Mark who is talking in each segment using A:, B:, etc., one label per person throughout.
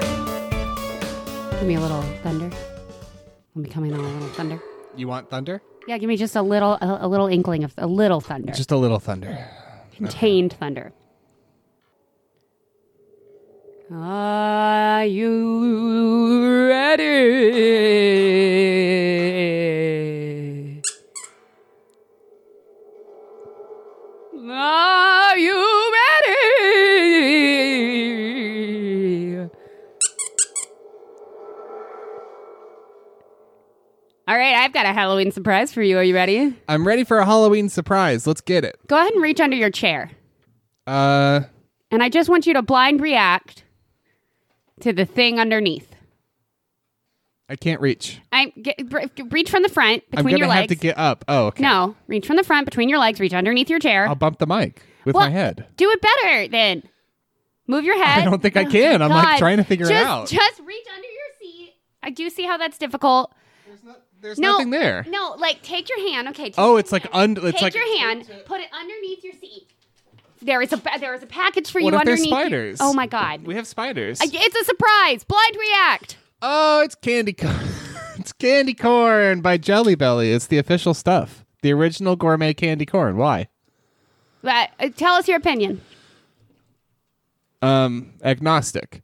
A: Give me a little thunder. Let me come in on a little thunder.
B: You want thunder?
A: Yeah, give me just a little, a, a little inkling of a little thunder,
B: Just a little thunder.
A: contained thunder. Are you ready? Are you ready? All right, I've got a Halloween surprise for you. Are you ready?
B: I'm ready for a Halloween surprise. Let's get it.
A: Go ahead and reach under your chair.
B: Uh,
A: And I just want you to blind react to the thing underneath.
B: I can't reach.
A: I get, br- reach from the front
B: I'm
A: between
B: gonna
A: your
B: have
A: legs.
B: to get up. Oh, okay.
A: no, reach from the front between your legs. Reach underneath your chair.
B: I'll bump the mic with
A: Well,
B: my head.
A: Do it better then. Move your head.
B: I don't think I can. I'm
A: Oh, God.
B: like trying to figure it
A: Just-
B: out.
A: Just reach under your seat. I do see how that's difficult.
B: There's
A: no.
B: nothing there.
A: No, like take your hand. Okay. Take
B: Oh,
A: your
B: it's like
A: hand.
B: under. It's
A: take
B: like
A: your hand. Put it underneath your seat. There is a ba- there is a package for
B: What
A: you
B: if there's
A: underneath. your-
B: spiders?
A: Oh my god.
B: we have spiders.
A: I- it's a surprise. Blind react.
B: Oh, it's candy corn. it's candy corn by Jelly Belly. It's the official stuff. The original gourmet candy corn. Why?
A: But, uh, tell us your opinion.
B: Um, agnostic.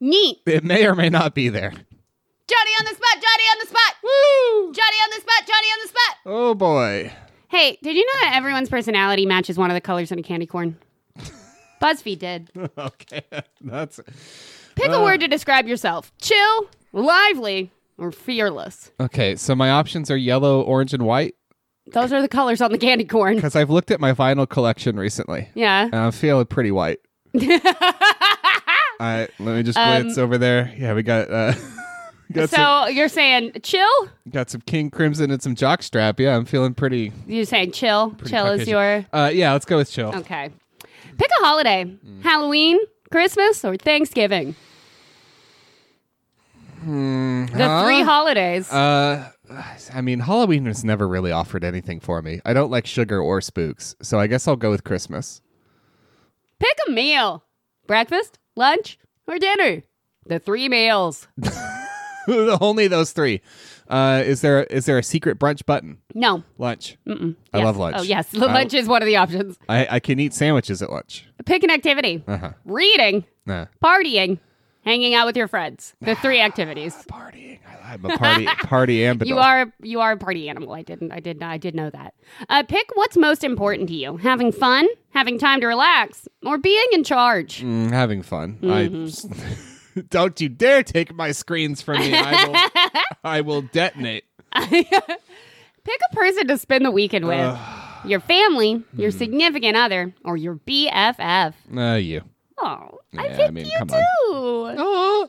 A: Neat.
B: It may or may not be there.
A: Johnny on the spot. Johnny on the spot. Woo! Johnny on the spot. Johnny on the spot.
B: Oh boy.
A: Hey, did you know that everyone's personality matches one of the colors in a candy corn? BuzzFeed did.
B: okay, that's
A: Pick a word to describe yourself: chill, lively, or fearless.
B: okay. So my options are yellow, orange, and white
A: Those are the colors on the candy corn.
B: because I've looked at my vinyl collection recently.
A: Yeah.
B: And I'm feeling pretty white. All right, let me just glance over there. Yeah, we got uh, got some,
A: Um, So you're saying chill?
B: got some King Crimson and some Jockstrap. Yeah, I'm feeling pretty.
A: You're saying chill.
B: pretty
A: chill is
B: Caucasian.
A: your
B: Uh, yeah, let's go with chill.
A: okay. Pick a holiday:
B: Mm.
A: Halloween, Christmas, or Thanksgiving.
B: Hmm,
A: The three holidays.
B: Uh, I mean, Halloween has never really offered anything for me. I don't like sugar or spooks, so I guess I'll go with Christmas.
A: Pick a meal breakfast, lunch, or dinner. The three meals.
B: Only those three. Uh, is there is there a secret brunch button?
A: No.
B: Lunch.
A: Mm-mm.
B: I
A: Yes.
B: love lunch.
A: Oh, yes. Lunch is one of the options.
B: I, I can eat sandwiches at lunch.
A: Pick an activity
B: Uh huh.
A: reading,
B: Nah.
A: partying, hanging out with your friends. The three activities.
B: Partying. I, I'm a party party ambidol.
A: You are you are a party animal. I didn't I did I did know that. Uh, pick what's most important to you: having fun, having time to relax, or being in charge.
B: Mm, having fun.
A: Mm-hmm.
B: I don't you dare take my screens from me. I will, I will detonate.
A: Pick a person to spend the weekend with: your family,
B: Mm-hmm.
A: your significant other, or your BFF.
B: Uh, you.
A: Oh, I
B: Yeah, I
A: picked
B: mean,
A: you
B: come on.
A: too.
B: Oh,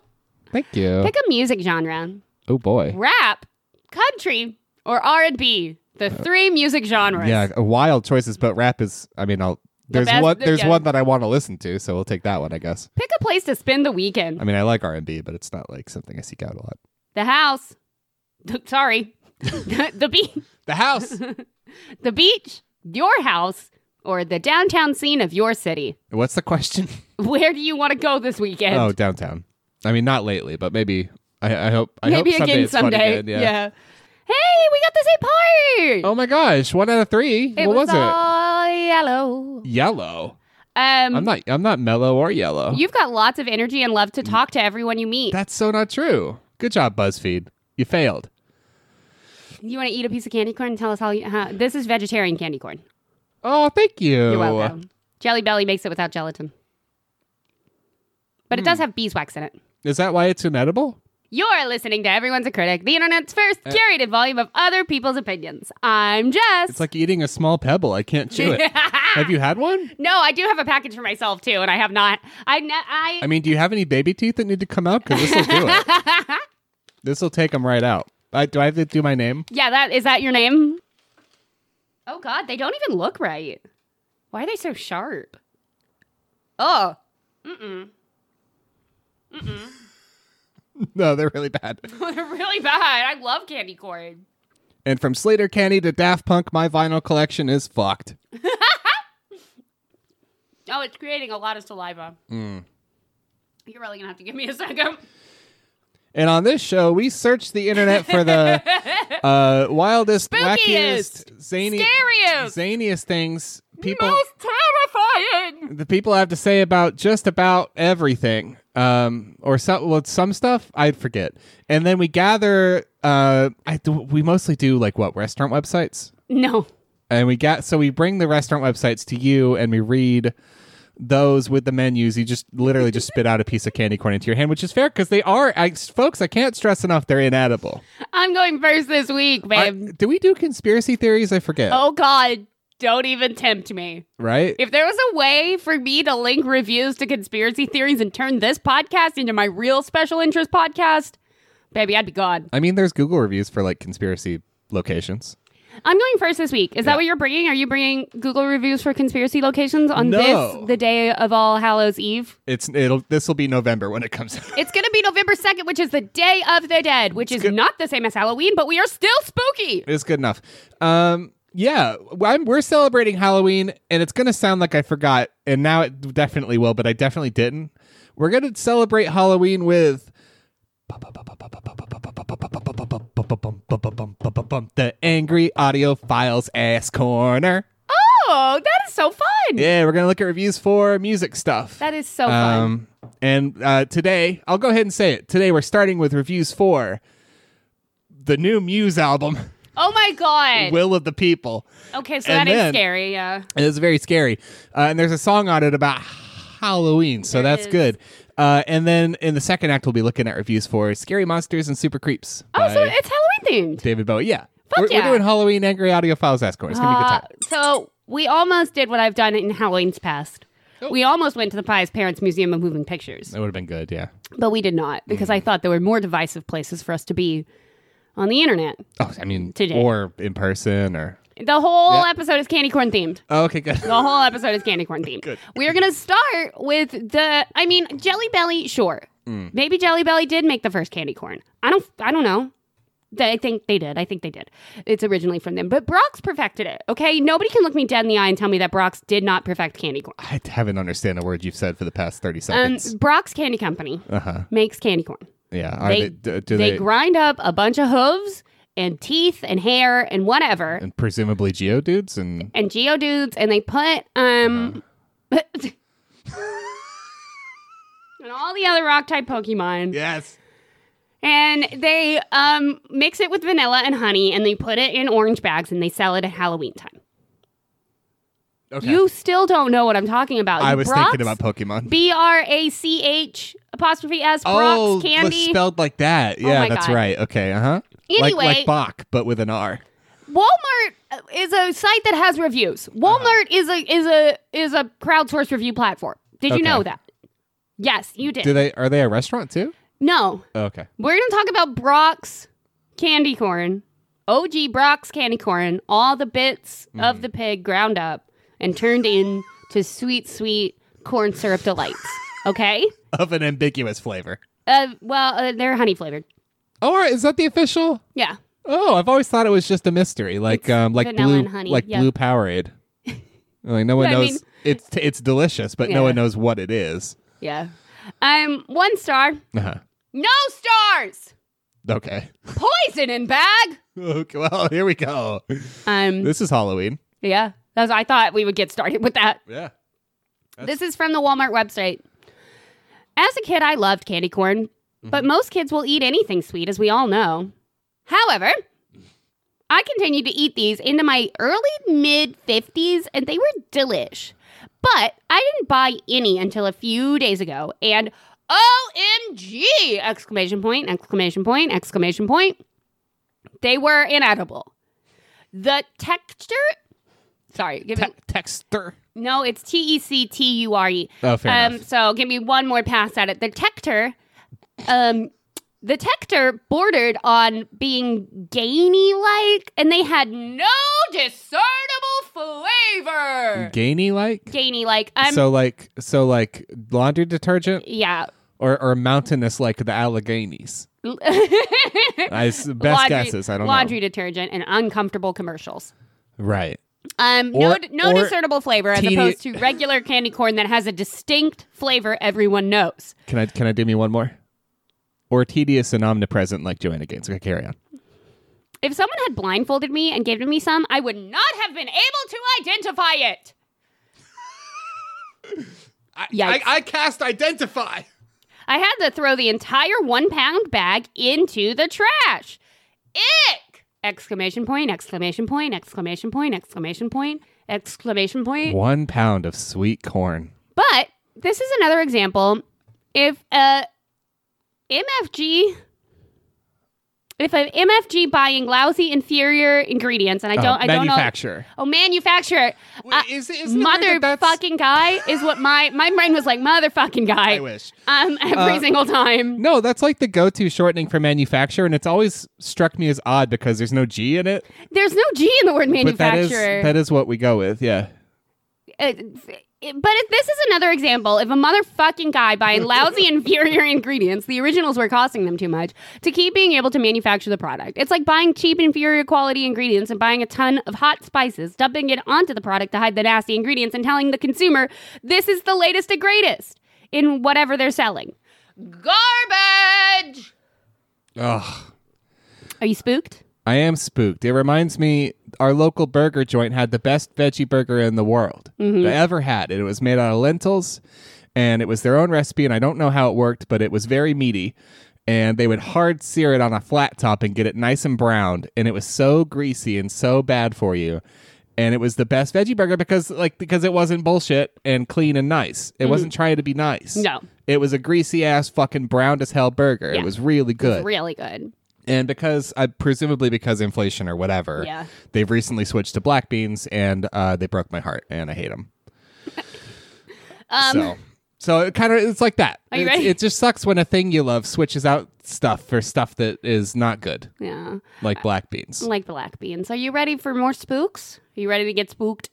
B: thank you.
A: Pick a music genre:
B: oh boy.
A: rap, country, or R and B. The three music genres.
B: Uh, Yeah, uh, wild choices, but rap is. I mean, I'll. There's
A: best-
B: one. There's
A: yeah.
B: one that I want to listen to, so we'll take that one, I guess.
A: Pick a place to spend the weekend:
B: I mean, I like R and B, but it's not like something I seek out a lot.
A: the house. Sorry, the beach,
B: The house.
A: the beach, your house, or the downtown scene of your city.
B: What's the question?
A: Where do you want to go this weekend?
B: Oh, downtown. I mean, not lately, but maybe. I, I hope. I
A: Maybe
B: hope someday
A: again
B: it's fun
A: someday.
B: again, yeah.
A: Hey, we got the same part.
B: Oh my gosh! One out of three.
A: it
B: what was,
A: was,
B: it?
A: all yellow.
B: Yellow.
A: Um,
B: I'm not. I'm not mellow or yellow.
A: You've got lots of energy and love to
B: Mm.
A: talk to everyone you meet.
B: That's so not true. Good job, BuzzFeed. You failed.
A: You want to eat a piece of candy corn and tell us how, you, how this is vegetarian candy corn.
B: Oh, thank you.
A: You're welcome. Jelly Belly makes it without gelatin. But it does
B: Hmm.
A: have beeswax in it.
B: Is that why it's inedible?
A: You're listening to Everyone's a Critic, the internet's first
B: Uh.
A: curated volume of other people's opinions. I'm Jess.
B: It's like eating a small pebble. I can't chew it. have you had one?
A: no, I do have a package for myself too, and I have not. I ne- I,
B: I mean, do you have any baby teeth that need to come out? Because this will do it. This will take them right out. I, do I have to do my name?
A: Yeah, that is that your name? Oh god, they don't even look right. Why are they so sharp? Oh. Mm-mm.
B: No, they're really bad.
A: They're really bad. I love candy corn.
B: And from Slater Candy to Daft Punk, my vinyl collection is fucked.
A: Oh, it's creating a lot of saliva.
B: Mm.
A: You're really gonna have to give me a second.
B: And on this show, we search the internet for the uh, wildest,
A: Spookiest,
B: wackiest, zany,
A: scariest,
B: zaniest things people
A: Most terrifying.
B: the people have to say about just about everything, um, or some well, some stuff I forget. And then we gather. Uh, I do- we mostly do like what restaurant websites,
A: No.
B: and we got so we bring the restaurant websites to you, and we read those with the menus. You just literally just spit out a piece of candy corn into your hand, which is fair because they are, I, folks. I can't stress enough they're inedible.
A: I'm going first this week,
B: I-
A: babe.
B: do we do conspiracy theories? I forget.
A: oh god. Don't even tempt me.
B: Right?
A: If there was a way for me to link reviews to conspiracy theories and turn this podcast into my real special interest podcast, baby, I'd be gone.
B: I mean, there's Google reviews for like conspiracy locations.
A: I'm going first this week. Is that what you're bringing? Are you bringing Google reviews for conspiracy locations on
B: No.
A: this, the day of All Hallows Eve?
B: It's it'll this will be November when it comes out.
A: It's going to be November 2nd, which is the Day of the Dead, which is
B: good.
A: not the same as Halloween, but we are still spooky.
B: It's good enough. Um, yeah, I'm, we're celebrating Halloween, and it's going to sound like I forgot, and now it definitely will, but I definitely didn't. We're going to celebrate Halloween with the Angry Audio Files Ass Corner.
A: Oh, that is so fun.
B: Yeah, we're going to look at reviews for music stuff.
A: That is so fun.
B: Um, and uh, today, I'll go ahead and say it. Today, we're starting with reviews for the new Muse album,
A: Oh my God.
B: Will of the People.
A: okay, so
B: and
A: that is
B: then-
A: scary. Yeah.
B: And it's very scary. Uh, and there's a song on it about Halloween, so
A: There
B: that's
A: is.
B: good. Uh, and then in the second act, we'll be looking at reviews for Scary Monsters and Super Creeps
A: Oh,
B: by
A: so it's Halloween themed.
B: David Bowie. Yeah. We're,
A: yeah.
B: we're doing Halloween Angry Audio Files Ask It's going to be a good
A: Uh,
B: time.
A: so we almost did what I've done in Halloween's past.
B: Oh.
A: We almost went to the Pie's Parents Museum of Moving Pictures,
B: That would have been good, yeah.
A: but we did not because
B: Mm.
A: I thought there were more divisive places for us to be on the internet.
B: Oh, I mean,
A: Today.
B: or in person, or.
A: The whole episode is candy corn themed.
B: Oh, okay, good.
A: The whole episode is candy corn themed. We are going to start with the. I mean, Jelly Belly. Sure,
B: Mm.
A: maybe Jelly Belly did make the first candy corn. I don't. I don't know. They- I think they did. I think they did. It's originally from them, but Brock's perfected it. Okay, nobody can look me dead in the eye and tell me that Brock's did not perfect candy corn.
B: I haven't understand a word you've said for the past 30
A: Um,
B: seconds.
A: Brock's Candy Company
B: uh-huh.
A: makes candy corn.
B: Yeah. Are
A: They-
B: they, do, do
A: they,
B: they,
A: grind up a bunch of hooves and teeth and hair and whatever
B: and presumably geodudes and
A: and geodudes and they put um
B: Uh-huh.
A: and all the other rock type Pokemon.
B: Yes.
A: And they um mix it with vanilla and honey and they put it in orange bags and they sell it at Halloween time.
B: Okay.
A: You still don't know what I'm talking about.
B: I was
A: Brock's,
B: thinking about Pokemon.
A: B R A C H apostrophe S Brock's
B: oh, but
A: candy. Oh
B: spelled like that. Yeah,
A: my
B: that's
A: God.
B: right. Okay, uh huh. Like,
A: Anyway-
B: like Bach, but with an R.
A: Walmart uh, is a site that has reviews.
B: Uh-huh.
A: Walmart is a is a is a crowdsourced review platform. Did
B: Okay.
A: you know that? Yes, you did.
B: Do they are they a restaurant too? Oh,
A: no,
B: Okay.
A: we're gonna talk about Brock's candy corn, OG Brock's candy corn, all the bits of the pig ground up and turned in to sweet, sweet corn syrup delights. Okay.
B: Of an ambiguous flavor.
A: Uh, well, uh, they're honey flavored.
B: Oh, all right, is that the official?
A: Yeah.
B: Oh, I've always thought it was just a mystery, like um, like
A: vanilla
B: blue,
A: and honey,
B: like
A: yeah.
B: blue Powerade. like no one
A: I
B: knows.
A: mean-
B: it's it's delicious, but no
A: Yeah.
B: one knows what it is.
A: Yeah. Um, one star.
B: Uh-huh.
A: No stars.
B: Okay.
A: Poison in bag.
B: okay. Well, here we go.
A: Um.
B: This is Halloween.
A: Yeah, that's, I thought we would get started with that.
B: Yeah.
A: This is from the Walmart website. As a kid, I loved candy corn, but most kids will eat anything sweet, as we all know. However, I continued to eat these into my early mid 50s, and they were delish. But I didn't buy any until a few days ago, and OMG! Exclamation point, exclamation point, exclamation point. They were inedible. The texture. Sorry, give me.
B: texter.
A: No, it's T E C T U R E.
B: Oh, fair
A: Um,
B: enough.
A: so give me one more pass at it. The tector um, the Tector bordered on being gainy like, and they had no discernible flavor.
B: Gainy like?
A: Gainy like, I'm
B: So like so like laundry detergent
A: yeah.
B: or, or mountainous like the Alleghenies. I s best
A: laundry,
B: guesses. I don't
A: laundry detergent and uncomfortable commercials.
B: know. Right.
A: Um, no,
B: Or-
A: no
B: or
A: discernible flavor as
B: teeny-
A: opposed to regular candy corn that has a distinct flavor everyone knows.
B: Can I can I do me one more? Or tedious and omnipresent like Joanna Gaines. Okay, carry on.
A: If someone had blindfolded me and given me some, I would not have been able to identify it.
B: I,
A: Yikes.
B: I cast identify.
A: I had to throw the entire one pound bag into the trash. Ick! Exclamation point, exclamation point, exclamation point, exclamation point, exclamation point.
B: One pound of sweet corn.
A: But this is another example. If uh, a MFG, if an MFG buying lousy inferior ingredients, and I don't,
B: Oh,
A: I don't know.
B: manufacturer.
A: Oh, manufacturer, Uh,
B: is, is
A: motherfucking guy is what my my brain was like. Motherfucking guy.
B: I wish.
A: Um, every
B: Uh,
A: single time.
B: No, that's like the go-to shortening for manufacturer, and it's always struck me as odd because there's no G in it.
A: There's no G in the word
B: But that is
A: manufacturer.
B: that is what we go with. Yeah.
A: Uh, it- but if this is another example, if a motherfucking guy buying lousy inferior ingredients, the originals were costing them too much, to keep being able to manufacture the product. It's like buying cheap inferior quality ingredients and buying a ton of hot spices, dumping it onto the product to hide the nasty ingredients and telling the consumer this is the latest and greatest in whatever they're selling. Garbage!
B: Ugh.
A: Are you spooked?
B: I am spooked. It reminds me, our local burger joint had the best veggie burger in the world I ever had. It was made out of lentils, and it was their own recipe. And I don't know how it worked, but it was very meaty. And they would hard sear it on a flat top and get it nice and browned. And it was so greasy and so bad for you. And it was the best veggie burger because, like, because it wasn't bullshit and clean and nice. It wasn't trying to be nice.
A: No.
B: it was a greasy ass, fucking browned as hell burger.
A: Yeah.
B: It was really good
A: Really good.
B: and because uh, presumably because inflation or whatever
A: Yeah.
B: they've recently switched to black beans and uh, they broke my heart and i hate them
A: Um,
B: so so it kind of it's like that
A: Are you
B: It's-
A: ready?
B: it just sucks when a thing you love switches out stuff for stuff that is not good
A: Yeah.
B: like black beans
A: Like black beans. Are you ready for more spooks? Are you ready to get spooked?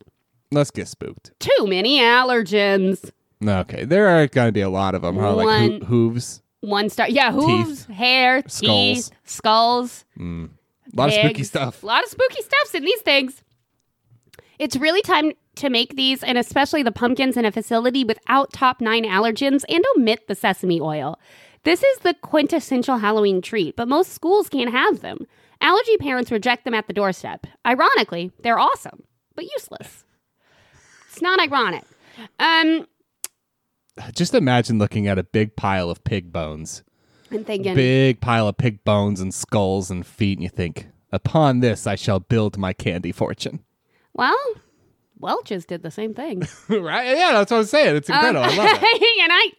B: let's get spooked
A: too many allergens.
B: okay there are gonna be a lot of them huh? like
A: One-
B: hoo- hooves
A: One star. Yeah, hooves, hair,
B: Skulls.
A: teeth, skulls.
B: a lot of spooky
A: pigs.
B: stuff
A: A lot of spooky stuffs in these things. It's really time to make these, and especially the pumpkins, in a facility without top nine allergens and omit the sesame oil. This is the quintessential Halloween treat, but most schools can't have them. Allergy parents reject them at the doorstep. Ironically, they're awesome, but useless. It's not ironic. Um,
B: just imagine looking at a big pile of pig bones
A: I'm thinking.
B: big pile of pig bones and skulls and feet and you think upon this i shall build my candy fortune
A: Well, Welch's did the same thing.
B: right? Yeah, that's what I'm saying.
A: Um,
B: It's incredible. I love it.
A: and I,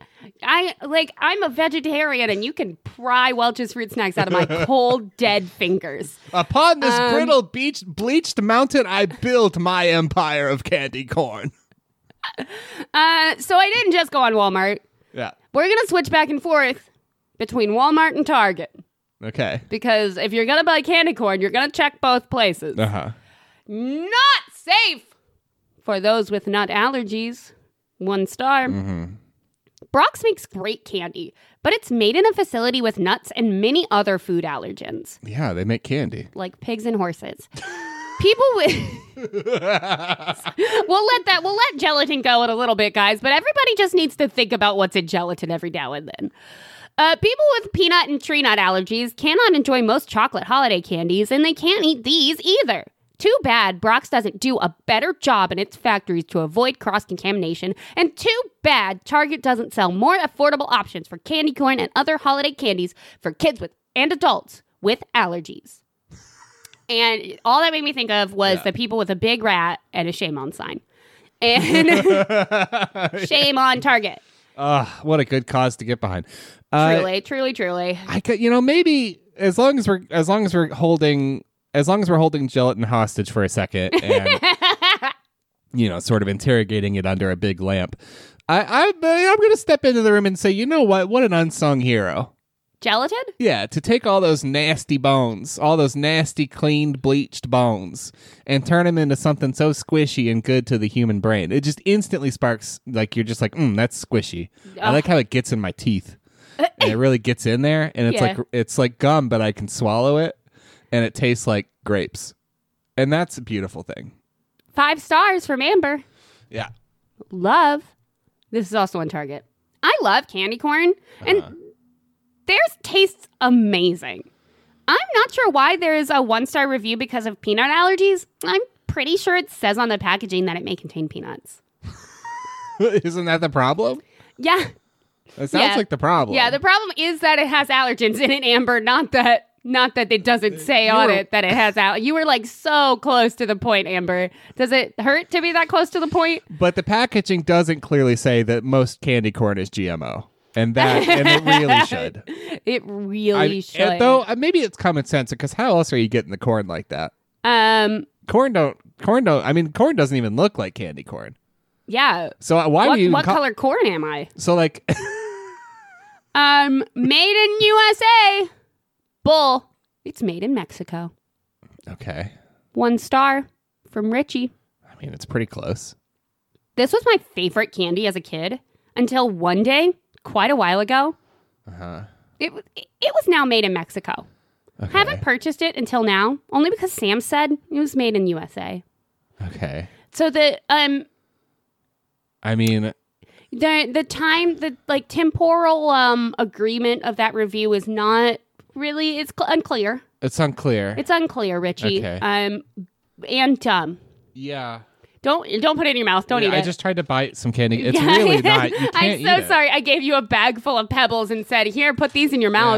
A: I like I'm a vegetarian, and you can pry Welch's fruit snacks out of my cold dead fingers.
B: Upon this brittle beach bleached mountain, I built my empire of candy corn.
A: Uh, so I didn't just go on Walmart.
B: Yeah.
A: We're gonna switch back and forth between Walmart and Target
B: Okay.
A: because if you're gonna buy candy corn, you're gonna check both places.
B: huh.
A: Not safe for those with nut allergies. One star.
B: Mm-hmm.
A: Brock's makes great candy, but it's made in a facility with nuts and many other food allergens,
B: Yeah, they make candy.
A: like pigs and horses. People with we'll let that we'll let gelatin go in a little bit, guys. But everybody just needs to think about what's in gelatin every now and then. Uh, people with peanut and tree nut allergies cannot enjoy most chocolate holiday candies, and they can't eat these either. Too bad Brock's doesn't do a better job in its factories to avoid cross contamination, and too bad Target doesn't sell more affordable options for candy corn and other holiday candies for kids with and adults with allergies. And all that made me think of was the people with a big rat and a shame on sign. And shame on Target.
B: Ah, what a good cause to get behind. Uh,
A: Truly, truly, truly.
B: I could, you know, maybe as long as we're as long as we're holding as long as we're holding gelatin hostage for a second and you know, sort of interrogating it under a big eh, lamp. I, I I'm going to step into the room and say, you know what? What an unsung hero.
A: Gelatin?
B: Yeah, to take all those nasty bones, all those nasty, cleaned, bleached bones, and turn them into something so squishy and good to the human brain. It just instantly sparks, like, you're just like, mm, that's squishy. I
A: Ugh.
B: like how it gets in my teeth. and it really gets in there, and it's
A: Yeah.
B: like it's like gum, but I can swallow it, and it tastes like grapes, and that's a beautiful thing.
A: Five stars from Amber.
B: Yeah,
A: Love. This is also on Target. I love candy corn, and theirs tastes amazing. I'm not sure why there is a one star review because of peanut allergies. I'm pretty sure it says on the packaging that it may contain peanuts.
B: isn't that the problem?
A: Yeah.
B: That sounds
A: Yeah.
B: like the problem.
A: Yeah, the problem is that it has allergens in it, Amber. Not that, not that it doesn't say
B: You
A: on
B: were-
A: it that it has out. You were like so close to the point, Amber. Does it hurt to be that close to the point?
B: But the packaging doesn't clearly say that most candy corn is GMO, and that and it really should.
A: It
B: I-
A: really
B: and
A: should.
B: Though uh, maybe it's common sense because how else are you getting the corn like that?
A: um,
B: Corn don't corn don't. I mean, corn doesn't even look like candy corn.
A: yeah.
B: So uh, why
A: what
B: do you? even
A: what
B: call-
A: color corn am I?
B: So like,
A: Um, made in USA. Bull. It's made in Mexico.
B: okay.
A: One star from Richie.
B: I mean, it's pretty close.
A: This was my favorite candy as a kid until one day, quite a while ago,
B: Uh huh.
A: it it was now made in Mexico.
B: Okay.
A: Haven't purchased it until now, only because Sam said it was made in USA.
B: Okay.
A: So the um
B: I mean,
A: the the time the like temporal um agreement of that review is not really it's cl- unclear.
B: it's unclear.
A: It's unclear, Richie.
B: Okay.
A: Um and um
B: yeah.
A: don't don't put it in your mouth. Don't
B: Yeah,
A: eat it.
B: I just tried to bite some candy. It's
A: Yeah.
B: really not. You can't
A: I'm
B: eat
A: so
B: it.
A: sorry. I gave you a bag full of pebbles and said, "Here, put these in your mouth."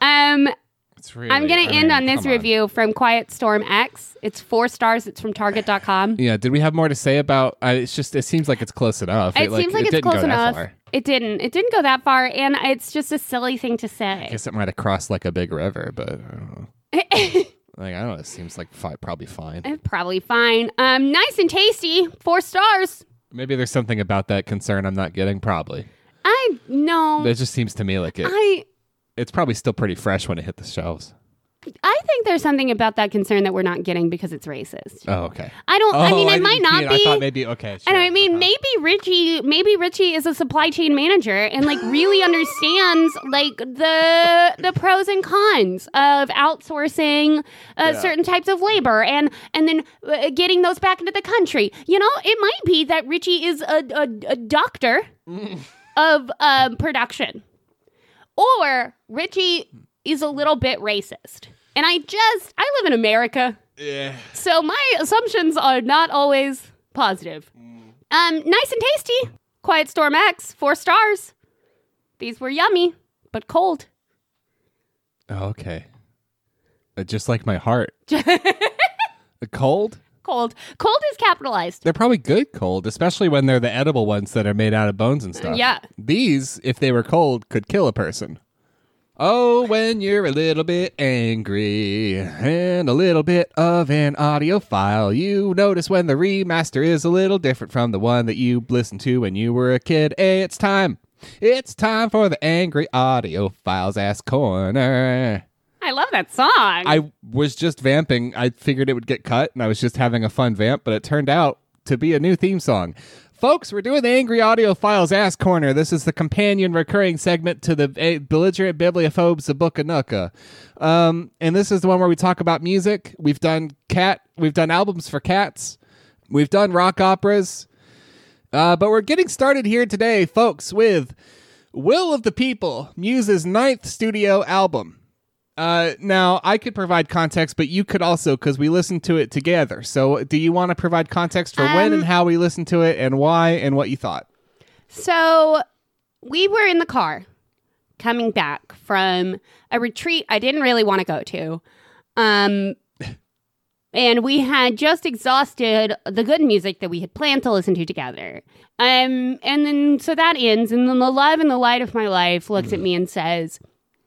B: Yeah,
A: Um,
B: it's really,
A: I'm gonna
B: I
A: end
B: mean,
A: on this
B: come
A: review from Quiet Storm X. It's four stars. It's from Target.com.
B: Yeah. Did we have more to say about? Uh, it's just. It seems like it's close enough.
A: It, seems like
B: it
A: it's
B: didn't
A: close
B: go that
A: enough.
B: far.
A: It didn't. It didn't go that far, and it's just a silly thing to
B: I
A: say.
B: guess it might have crossed like a big river, but I don't know. Like I don't know. It seems like fi- probably fine.
A: Eh, Probably fine. Um, nice and tasty. Four stars.
B: Maybe there's something about that concern I'm not getting. Probably.
A: I no.
B: It just seems to me like it.
A: I
B: It's probably still pretty fresh when it hit the shelves.
A: I think there's something about that concern that we're not getting because it's racist.
B: Oh, okay.
A: I don't. I
B: Oh,
A: mean, it
B: didn't
A: might not
B: see
A: be.
B: I thought maybe okay.
A: And
B: sure.
A: I mean,
B: Uh-huh.
A: maybe Richie, maybe Richie is a supply chain manager and like really understands like the the pros and cons of outsourcing uh, certain types of labor and and then uh, getting those back into the country. You know, it might be that Richie is a a, a doctor of um, production, or Richie is a little bit racist. And I just I live in America.
B: Yeah.
A: So my assumptions are not always positive. Um, nice and tasty. Quiet Storm X, four stars. These were yummy, but cold.
B: Oh, okay. Uh, just like my heart. The cold?
A: cold. Cold is capitalized.
B: They're probably good cold, especially when they're the edible ones that are made out of bones and stuff.
A: Yeah.
B: These, if they were cold, could kill a person. Oh, when you're a little bit angry and a little bit of an audiophile, you notice when the remaster is a little different from the one that you listened to when you were a kid. Hey, it's time. It's time for the Angry Audiophiles Ass Corner.
A: I love that song.
B: I was just vamping. I figured it would get cut, and I was just having a fun vamp, but it turned out to be a new theme song. Folks, we're doing the Angry Audio Files Ass Corner. This is the companion recurring segment to the eh, Belligerent Bibliophobes of Bookanuka. Um, and this is the one where we talk about music. We've done cat. We've done albums for cats. We've done rock operas. Uh, but we're getting started here today, folks, with Will of the People, Muse's ninth studio album. Uh, now I could provide context, but you could also because we listened to it together. So, do you want to provide context for when and how we listened to it, and why, and what you thought?
A: so we were in the car coming back from a retreat I didn't really want to go to. Um, and we had just exhausted the good music that we had planned to listen to together. Um, and then so that ends, and then the love and the light of my life looks at me and says,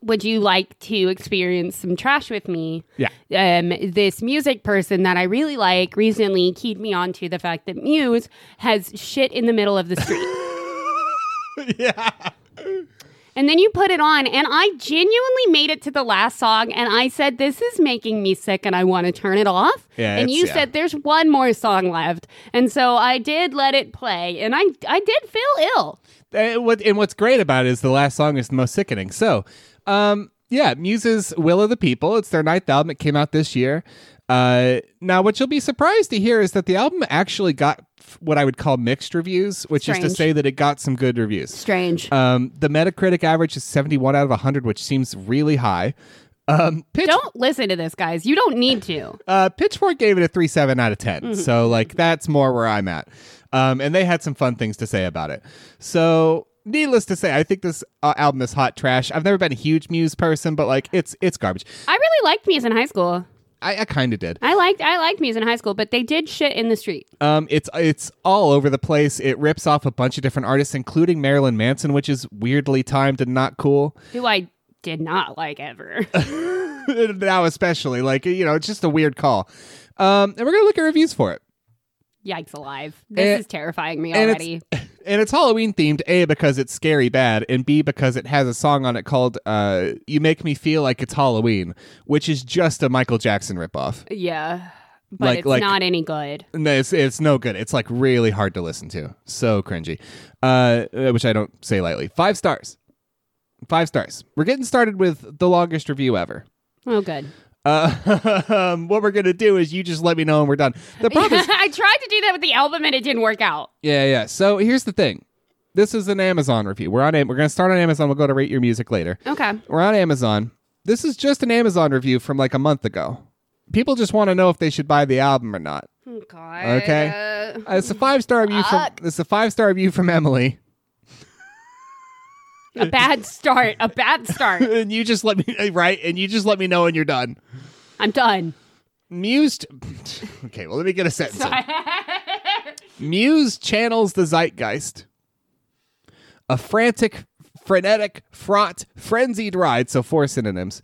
A: "Would you like to experience some trash with me?"
B: Yeah.
A: Um, this music person that I really like recently keyed me on to the fact that Muse has shit in the middle of the street.
B: yeah.
A: And then you put it on, and I genuinely made it to the last song, and I said, This is making me sick, and I want to turn it off.
B: Yeah,
A: and
B: it's-
A: you
B: yeah.
A: said, There's one more song left. And so I did let it play, and I, I did feel ill.
B: And, Eh, what, and what's great about it is the last song is the most sickening. So, um, yeah, Muse's Will of the People. It's their ninth album. It came out this year. Uh, now, what you'll be surprised to hear is that the album actually got f- what I would call mixed reviews, which is to
A: Strange.
B: say that it got some good reviews.
A: Strange.
B: Um, the Metacritic average is 71 out of 100, which seems really high. Um, Pitch,
A: don't listen to this, guys. You don't need to.
B: uh, Pitchfork gave it a 3 7 out of 10. So, like, that's more where I'm at. Um, and they had some fun things to say about it. So, needless to say, I think this uh, album is hot trash. I've never been a huge Muse person, but, like, it's it's garbage.
A: I really liked Muse in high school.
B: I, I kind of did.
A: I liked I liked Muse in high school, but they did shit in the street.
B: Um, it's it's all over the place. It rips off a bunch of different artists, including Marilyn Manson, which is weirdly timed and not cool.
A: Who I did not like ever.
B: now especially like you know it's just a weird call um and we're gonna look at reviews for it
A: Yikes alive. This
B: And-
A: is terrifying me
B: Eh, and
A: already.
B: it's and it's halloween themed a because it's scary bad and b because it has a song on it called uh you make me feel like it's halloween which is just a michael jackson ripoff
A: Yeah. But
B: Like-
A: it's
B: like-
A: not any good.
B: no, it's, it's no good it's like really hard to listen to so cringy uh which i don't say lightly five stars five stars we're getting started with the longest review ever
A: Oh good.
B: uh, um, what we're gonna do is you just let me know and we're done the problem is
A: I tried to do that with the album and it didn't work out.
B: Yeah, yeah. So here's the thing. This is an Amazon review. We're on. Am- We're going to start on Amazon. We'll go to rate your music later.
A: Okay.
B: We're on Amazon. This is just an Amazon review from like a month ago. People just want to know if they should buy the album or not.
A: Oh, God.
B: Okay. Uh, it's a five star review from.
A: Fuck.
B: It's a five star review from Emily.
A: a bad start. A bad start.
B: And you just let me right. And you just let me know when you're done.
A: I'm done.
B: Muse. Okay. Well, let me get a sentence. in. Muse channels the zeitgeist. A frantic, frenetic, fraught, frenzied ride, so four synonyms.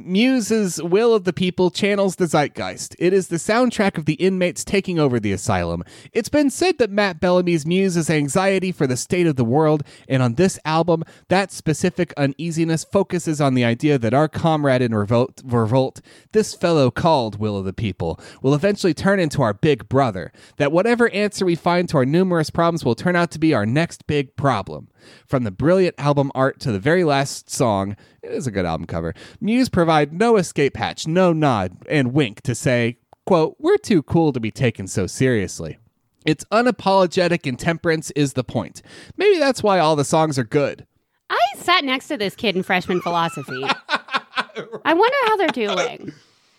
B: Muse's Will of the People channels the zeitgeist. It is the soundtrack of the inmates taking over the asylum. It's been said that Matt Bellamy's Muse is anxiety for the state of the world, and on this album, that specific uneasiness focuses on the idea that our comrade in revolt, revolt this fellow called Will of the People, will eventually turn into our big brother. That whatever answer we find to our numerous problems will turn out to be our next big problem. From the brilliant album art to the very last song, it is a good album cover. Muse provide no escape hatch, no nod and wink to say, quote, "We're too cool to be taken so seriously." Its unapologetic intemperance is the point. Maybe that's why all the songs are good.
A: I sat next to this kid in freshman philosophy. I wonder how they're doing.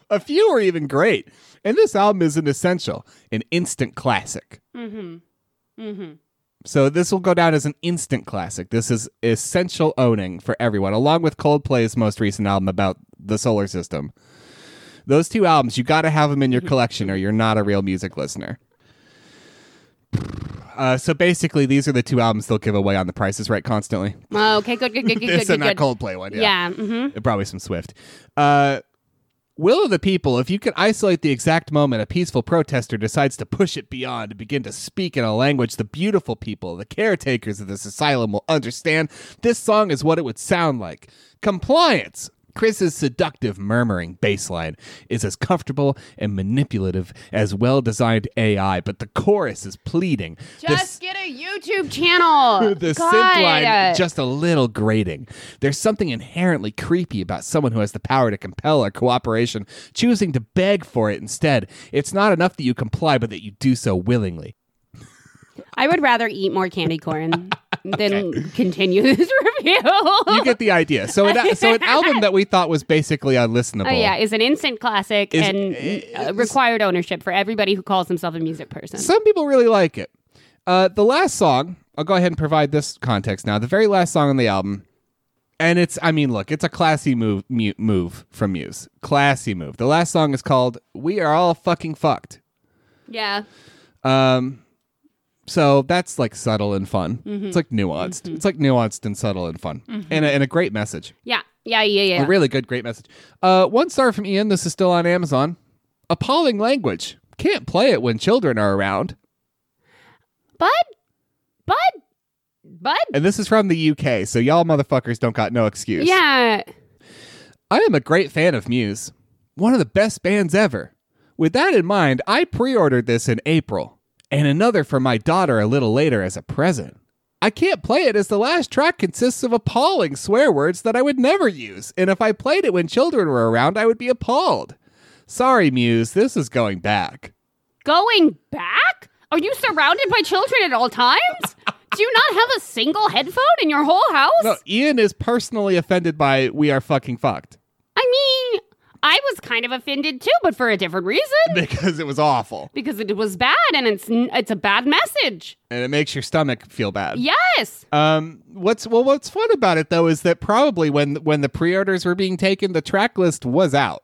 B: A few are even great, and this album is an essential, an instant classic.
A: hmm
B: Mm-hmm. So this will go down as an instant classic. This is essential owning for everyone, along with Coldplay's most recent album about the solar system. Those two albums, you got to have them in your collection, or you're not a real music listener. Uh, so basically, these are the two albums they'll give away on the Price is Right constantly.
A: Oh, Okay, good, good, good, good,
B: This
A: good,
B: and
A: good.
B: that
A: good.
B: Coldplay one,
A: Yeah. hmm
B: and probably some Swift. Uh, Will of the people, if you can isolate the exact moment a peaceful protester decides to push it beyond and begin to speak in a language the beautiful people, the caretakers of this asylum will understand, this song is what it would sound like. Compliance! Chris's seductive murmuring bass line is as comfortable and manipulative as well designed AI, but the chorus is pleading. This-
A: Just get a YouTube channel.
B: the
A: God.
B: synth line just a little grating. There's something inherently creepy about someone who has the power to compel our cooperation, choosing to beg for it instead. It's not enough that you comply, but that you do so willingly.
A: I would rather eat more candy corn than continue this review.
B: You get the idea. So, an, so an album that we thought was basically unlistenable.
A: Oh yeah, is an instant classic
B: Is-
A: and uh, required ownership for everybody who calls himself a music person.
B: Some people really like it. Uh, the last song, I'll go ahead and provide this context now. The very last song on the album, and it's, I mean, look, it's a classy move, mu- move from Muse. Classy move. The last song is called We Are All Fucking Fucked.
A: yeah,
B: Um, so that's like subtle and fun.
A: Mm-hmm.
B: It's like nuanced. It's like nuanced and subtle and fun, and, a, and a great message.
A: yeah, yeah, yeah, Mm-hmm. yeah.
B: A really good, great message. Uh, one star from Ian. This is still on Amazon. Appalling language. Can't play it when children are around.
A: but but bud.
B: And this is from the UK, so y'all motherfuckers don't got no excuse.
A: Yeah.
B: I am a great fan of Muse, one of the best bands ever. With that in mind, I pre ordered this in April, and another for my daughter a little later as a present. I can't play it as the last track consists of appalling swear words that I would never use, and if I played it when children were around, I would be appalled. Sorry, Muse, this is going back.
A: Going back? Are you surrounded by children at all times? Do you not have a single headphone in your whole house?
B: No, Ian is personally offended by We Are Fucking Fucked
A: I mean, I was kind of offended too, but for a different reason.
B: because it was awful
A: Because it was bad and it's n- it's a bad message.
B: and it makes your stomach feel bad.
A: Yes.
B: Um, what's well, what's fun about it though is that probably when when the pre-orders were being taken, the track list was out,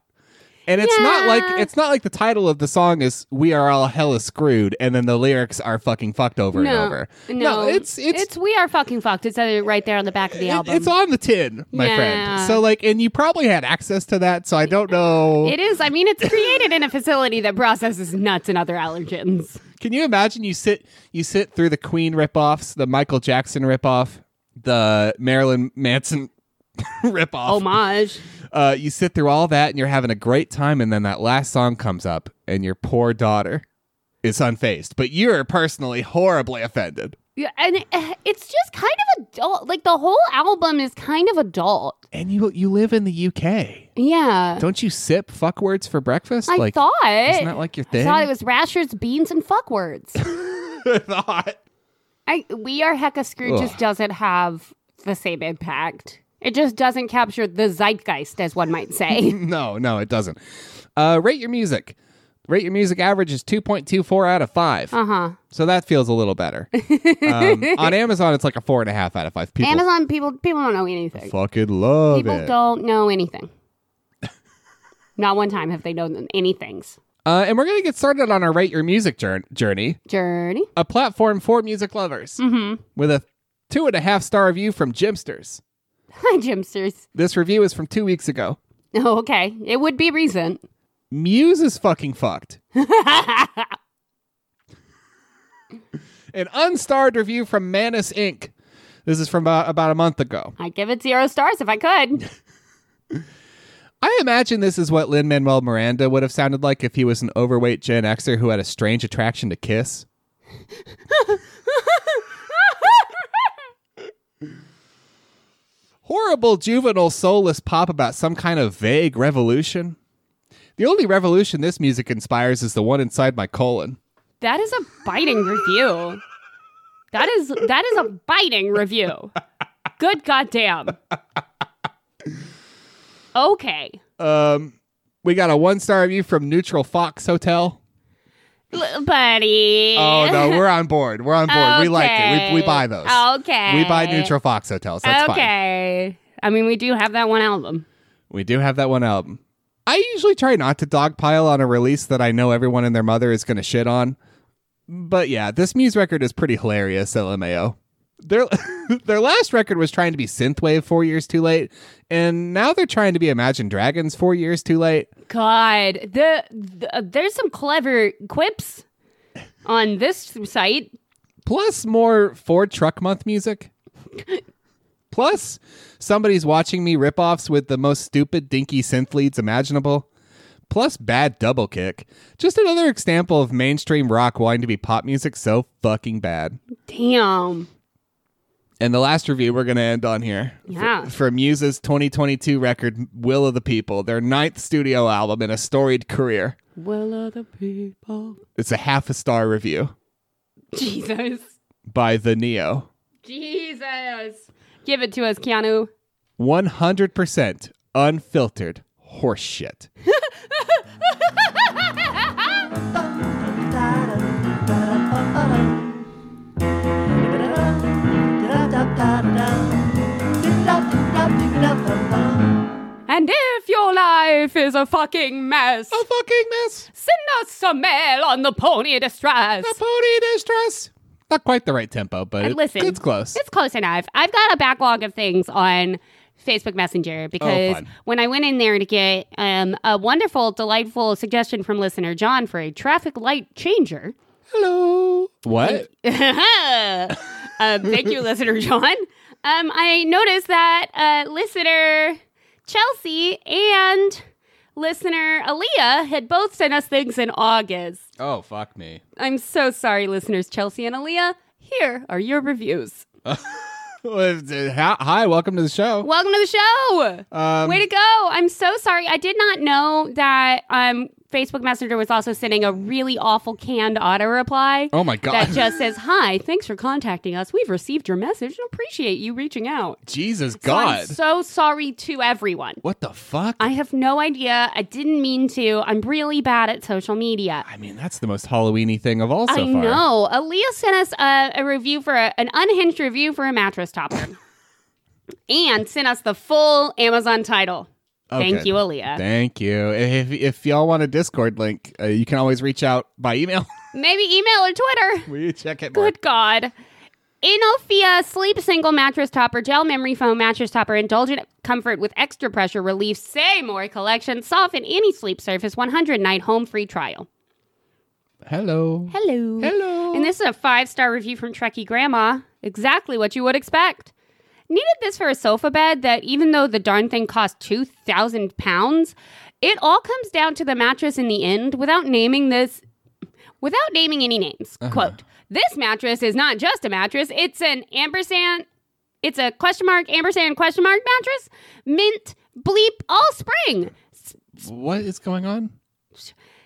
B: and it's not
A: Yeah.
B: like it's not like the title of the song is "We Are All Hella Screwed" and then the lyrics are fucking fucked over and over. it's it's. it's
A: we are fucking fucked. It's uh, right there on the back of the album.
B: it's on the tin, my friend.
A: Yeah.
B: So like, and you probably had access to that. So I don't know.
A: It is. I mean, it's created in a facility that processes nuts and other allergens.
B: Can you imagine you sit you sit through the Queen ripoffs, the Michael Jackson ripoff, the Marilyn Manson
A: Oh
B: ripoff?
A: Homage.
B: uh, you sit through all that and you're having a great time, and then that last song comes up, and your poor daughter is unfazed, but you're personally horribly offended.
A: Yeah, and uh, it's just kind of adult. Like the whole album is kind of adult.
B: And you you live in the UK,
A: Yeah,
B: don't you sip fuck words for breakfast?
A: I
B: like,
A: thought.
B: isn't that like your
A: I
B: thing?
A: thought it was rashers, beans, and fuck words.
B: Thought.
A: I we are hecka screwed. Just
B: Ugh.
A: doesn't have the same impact. It just doesn't capture the zeitgeist, as one might say.
B: no, no, it doesn't. Uh, rate your music. Rate your music average is two point two four out of five,
A: uh huh.
B: so that feels a little better. um, on Amazon, it's like a four and a half out of five. People
A: Amazon people people don't know anything.
B: fucking love
A: People
B: it.
A: don't know anything. Not one time have they known anything's
B: Uh, and we're gonna get started on our rate your music jour- journey.
A: journey.
B: a platform for music lovers
A: Mm-hmm.
B: with a two and a half star review from Jimsters.
A: Hi, Jimsters.
B: This review is from two weeks ago.
A: Oh, okay. It would be recent.
B: Muse is fucking fucked.
A: That's
B: An unstarred review from Manus Inc. This is from uh, about, about a month ago.
A: I'd give it zero stars if I could.
B: I imagine this is what Lin Manuel Miranda would have sounded like if he was an overweight Gen Xer who had a strange attraction to Kiss. Horrible juvenile soulless pop about some kind of vague revolution. The only revolution this music inspires is the one inside my colon.
A: that is a biting review. That is that is a biting review. Good goddamn. Okay.
B: Um, we got a one star review from Neutral Fox Hotel.
A: L- buddy.
B: Oh no, we're on board. We're on board. We like it. We, we
A: Okay.
B: buy those.
A: Okay.
B: We buy Neutral Fox hotels. That's fine.
A: okay. I mean, we do have that one album.
B: We do have that one album. I usually try not to dogpile on a release that I know everyone and their mother is going to shit on. But yeah, this Muse record is pretty hilarious, LMAO. Their their last record was trying to be synthwave 4 years too late, and now they're trying to be Imagine Dragons 4 years too late.
A: God, the, the uh, there's some clever quips on this site.
B: Plus more Ford Truck Month music. Plus somebody's watching me ripoffs with the most stupid dinky synth leads imaginable. Plus bad double kick. Just another example of mainstream rock wanting to be pop music so fucking bad.
A: Damn.
B: And the last review we're going to end on here.
A: Yeah.
B: For, for Muse's 2022 record, Will of the People, their ninth studio album in a storied career.
A: Will of the people.
B: It's a half a star review
A: Jesus.
B: by The Neo.
A: Jesus. Give it to us, Keanu.
B: 100% unfiltered horseshit.
A: And if your life is a fucking mess,
B: A fucking mess.
A: send us a mail on the pony distress.
B: A pony distress. Not quite the right tempo, but
A: And
B: it-
A: Uh, listen,
B: it's close.
A: It's close enough. I've got a backlog of things on Facebook Messenger because
B: fun.
A: when I went in there to get um, a wonderful, delightful suggestion from listener John for a traffic light changer,
B: Hello. What?
A: I Um, thank you, listener John. Um, I noticed that uh, listener Chelsea and listener Aaliyah had both sent us things in August.
B: Oh, fuck me.
A: I'm so sorry, listeners Chelsea and Aaliyah. Here are your reviews.
B: Hi, welcome to the show.
A: Welcome to the show.
B: Um,
A: Way to go. I'm so sorry. I did not know that um, Facebook Messenger was also sending a really awful canned auto reply.
B: oh my God.
A: That just says, Hi, thanks for contacting us. We've received your message and appreciate you reaching out.
B: Jesus
A: So I'm
B: God.
A: so sorry to everyone.
B: what the fuck?
A: I have no idea. I didn't mean to. I'm really bad at social media.
B: I mean, that's the most Halloweeny thing of all so
A: I
B: far.
A: know. Aaliyah sent us a, a review for a, an unhinged review for a mattress topper and sent us the full Amazon title.
B: Oh,
A: Thank
B: good.
A: you, Aaliyah.
B: Thank you. If, if y'all want a Discord link, uh, you can always reach out by email.
A: Maybe email or Twitter.
B: Will you check it? Mark?
A: Good God. Inofia Sleep Single Mattress Topper, Gel Memory Foam Mattress Topper, Indulgent Comfort with Extra Pressure Relief, Say More Collection, Soften Any Sleep Surface, 100 Night Home Free Trial.
B: Hello.
A: Hello.
B: Hello.
A: And this is a five star review from Trekkie Grandma. Exactly what you would expect. Needed this for a sofa bed that, even though the darn thing cost 2,000 pounds, it all comes down to the mattress in the end without naming this, without naming any names. Quote, this mattress is not just a mattress, it's an ampersand, it's a question mark, ampersand, question mark mattress, mint, bleep, all spring. S-
B: what is going on?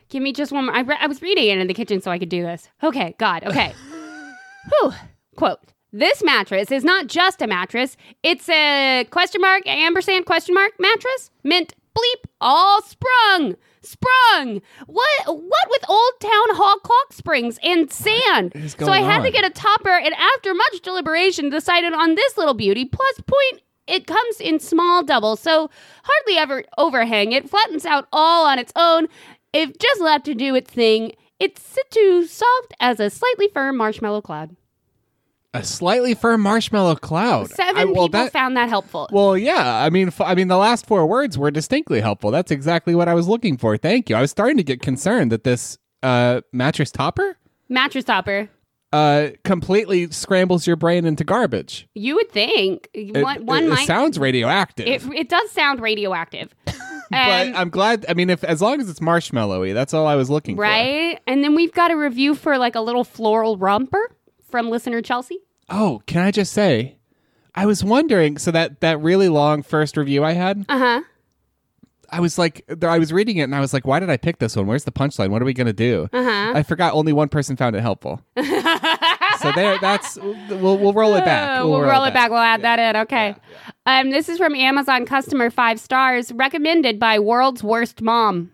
A: Give me just one more. I, re- I was reading it in the kitchen so I could do this. Okay, God, okay. Whew. Quote This mattress is not just a mattress, it's a question mark, ampersand question mark mattress, mint bleep, all sprung. Sprung. What what with old town hall clock springs and sand?
B: is
A: So I
B: going
A: had to
B: on?
A: get a topper and after much deliberation decided on this little beauty plus point it comes in small doubles, so hardly ever overhang. It flattens out all on its own. If just left to do its thing, it's situ soft as a slightly firm marshmallow cloud.
B: A slightly firm marshmallow cloud.
A: Seven
B: I- well,
A: people
B: that-
A: found that helpful.
B: Well, yeah. I mean, f- I mean, the last four words were distinctly helpful. That's exactly what I was looking for. Thank you. I was starting to get concerned that this uh, mattress topper
A: Mattress topper.
B: uh, completely scrambles your brain into garbage.
A: You would think
B: It,
A: one, one
B: it- it
A: might.
B: sounds radioactive,
A: it, it does sound radioactive,
B: but
A: Um,
B: I'm glad. I mean, if as long as it's marshmallowy, that's all I was looking for.
A: right? And then we've got a review for like a little floral romper from listener Chelsea.
B: Oh, can I just say, I was wondering. So that that really long first review I had,
A: Uh huh.
B: I was like, th- I was reading it and I was like, why did I pick this one? Where's the punchline? What are we gonna do?
A: Uh
B: I forgot only one person found it helpful.
A: huh.
B: So there, that's we'll we'll roll it back.
A: Uh, we'll, roll, it back. We'll add that in. Okay. Um, this is from Amazon customer five stars, recommended by World's Worst Mom.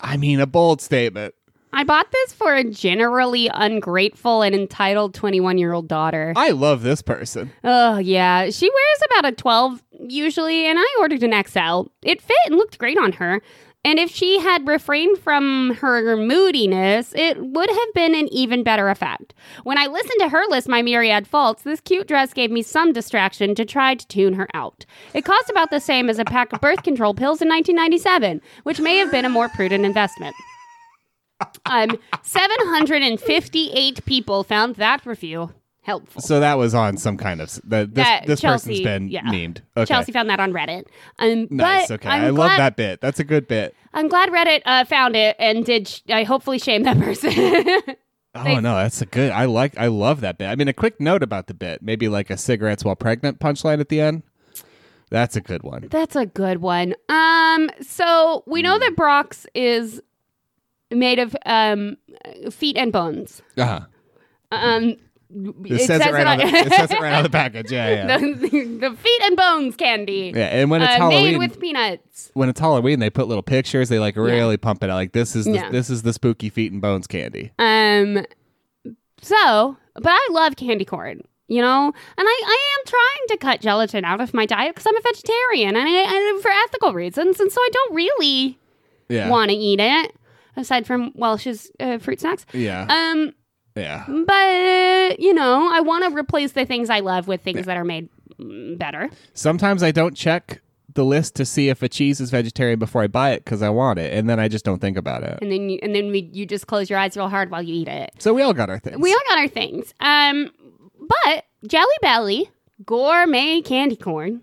B: I mean, a bold statement.
A: I bought this for a generally ungrateful and entitled 21 year old daughter.
B: I love this person.
A: Oh, yeah. She wears about a 12 usually, and I ordered an XL. It fit and looked great on her. And if she had refrained from her moodiness, it would have been an even better effect. When I listened to her list my myriad faults, this cute dress gave me some distraction to try to tune her out. It cost about the same as a pack of birth control pills in 1997, which may have been a more prudent investment. Um, 758 people found that review helpful.
B: So that was on some kind of s- that this,
A: That
B: this
A: Chelsea-
B: person's been
A: yeah.
B: memed. Okay.
A: Chelsea found that on Reddit. Um,
B: Nice.
A: but
B: okay.
A: I'm
B: i
A: glad,
B: love that bit. That's a good bit.
A: I'm glad Reddit uh, found it and did. Sh- I hopefully shame that person.
B: Oh
A: Thanks.
B: no, that's a good. I like. I love that bit. I mean, a quick note about the bit. Maybe like a cigarettes while pregnant punchline at the end. That's a good one.
A: That's a good one. Um, so we
B: Hmm.
A: know that Brock's is made of um feet and bones.
B: Uh huh.
A: Um,
B: It, says, it right on. The, it says it right on the package. Yeah, yeah.
A: the, the feet and bones candy.
B: yeah. And when it's
A: uh, made
B: Halloween,
A: with peanuts.
B: when it's Halloween, they put little pictures. They like really pump it out. Like this is the,
A: Yeah.
B: this is the spooky feet and bones candy.
A: Um, so, but I love candy corn, you know, and I, I am trying to cut gelatin out of my diet because I'm a vegetarian and, I, and for ethical reasons, and so I don't really
B: Yeah,
A: want to eat it aside from Welsh's uh, fruit snacks.
B: yeah,
A: Um,
B: yeah.
A: but you know, I want to replace the things I love with things that are made mm, better.
B: Sometimes I don't check the list to see if a cheese is vegetarian before I buy it because I want it, and then I just don't think about it.
A: And then you, and then we, you just close your eyes real hard while you eat it.
B: So we all got our things.
A: We all got our things. Um, But Jelly Belly gourmet candy corn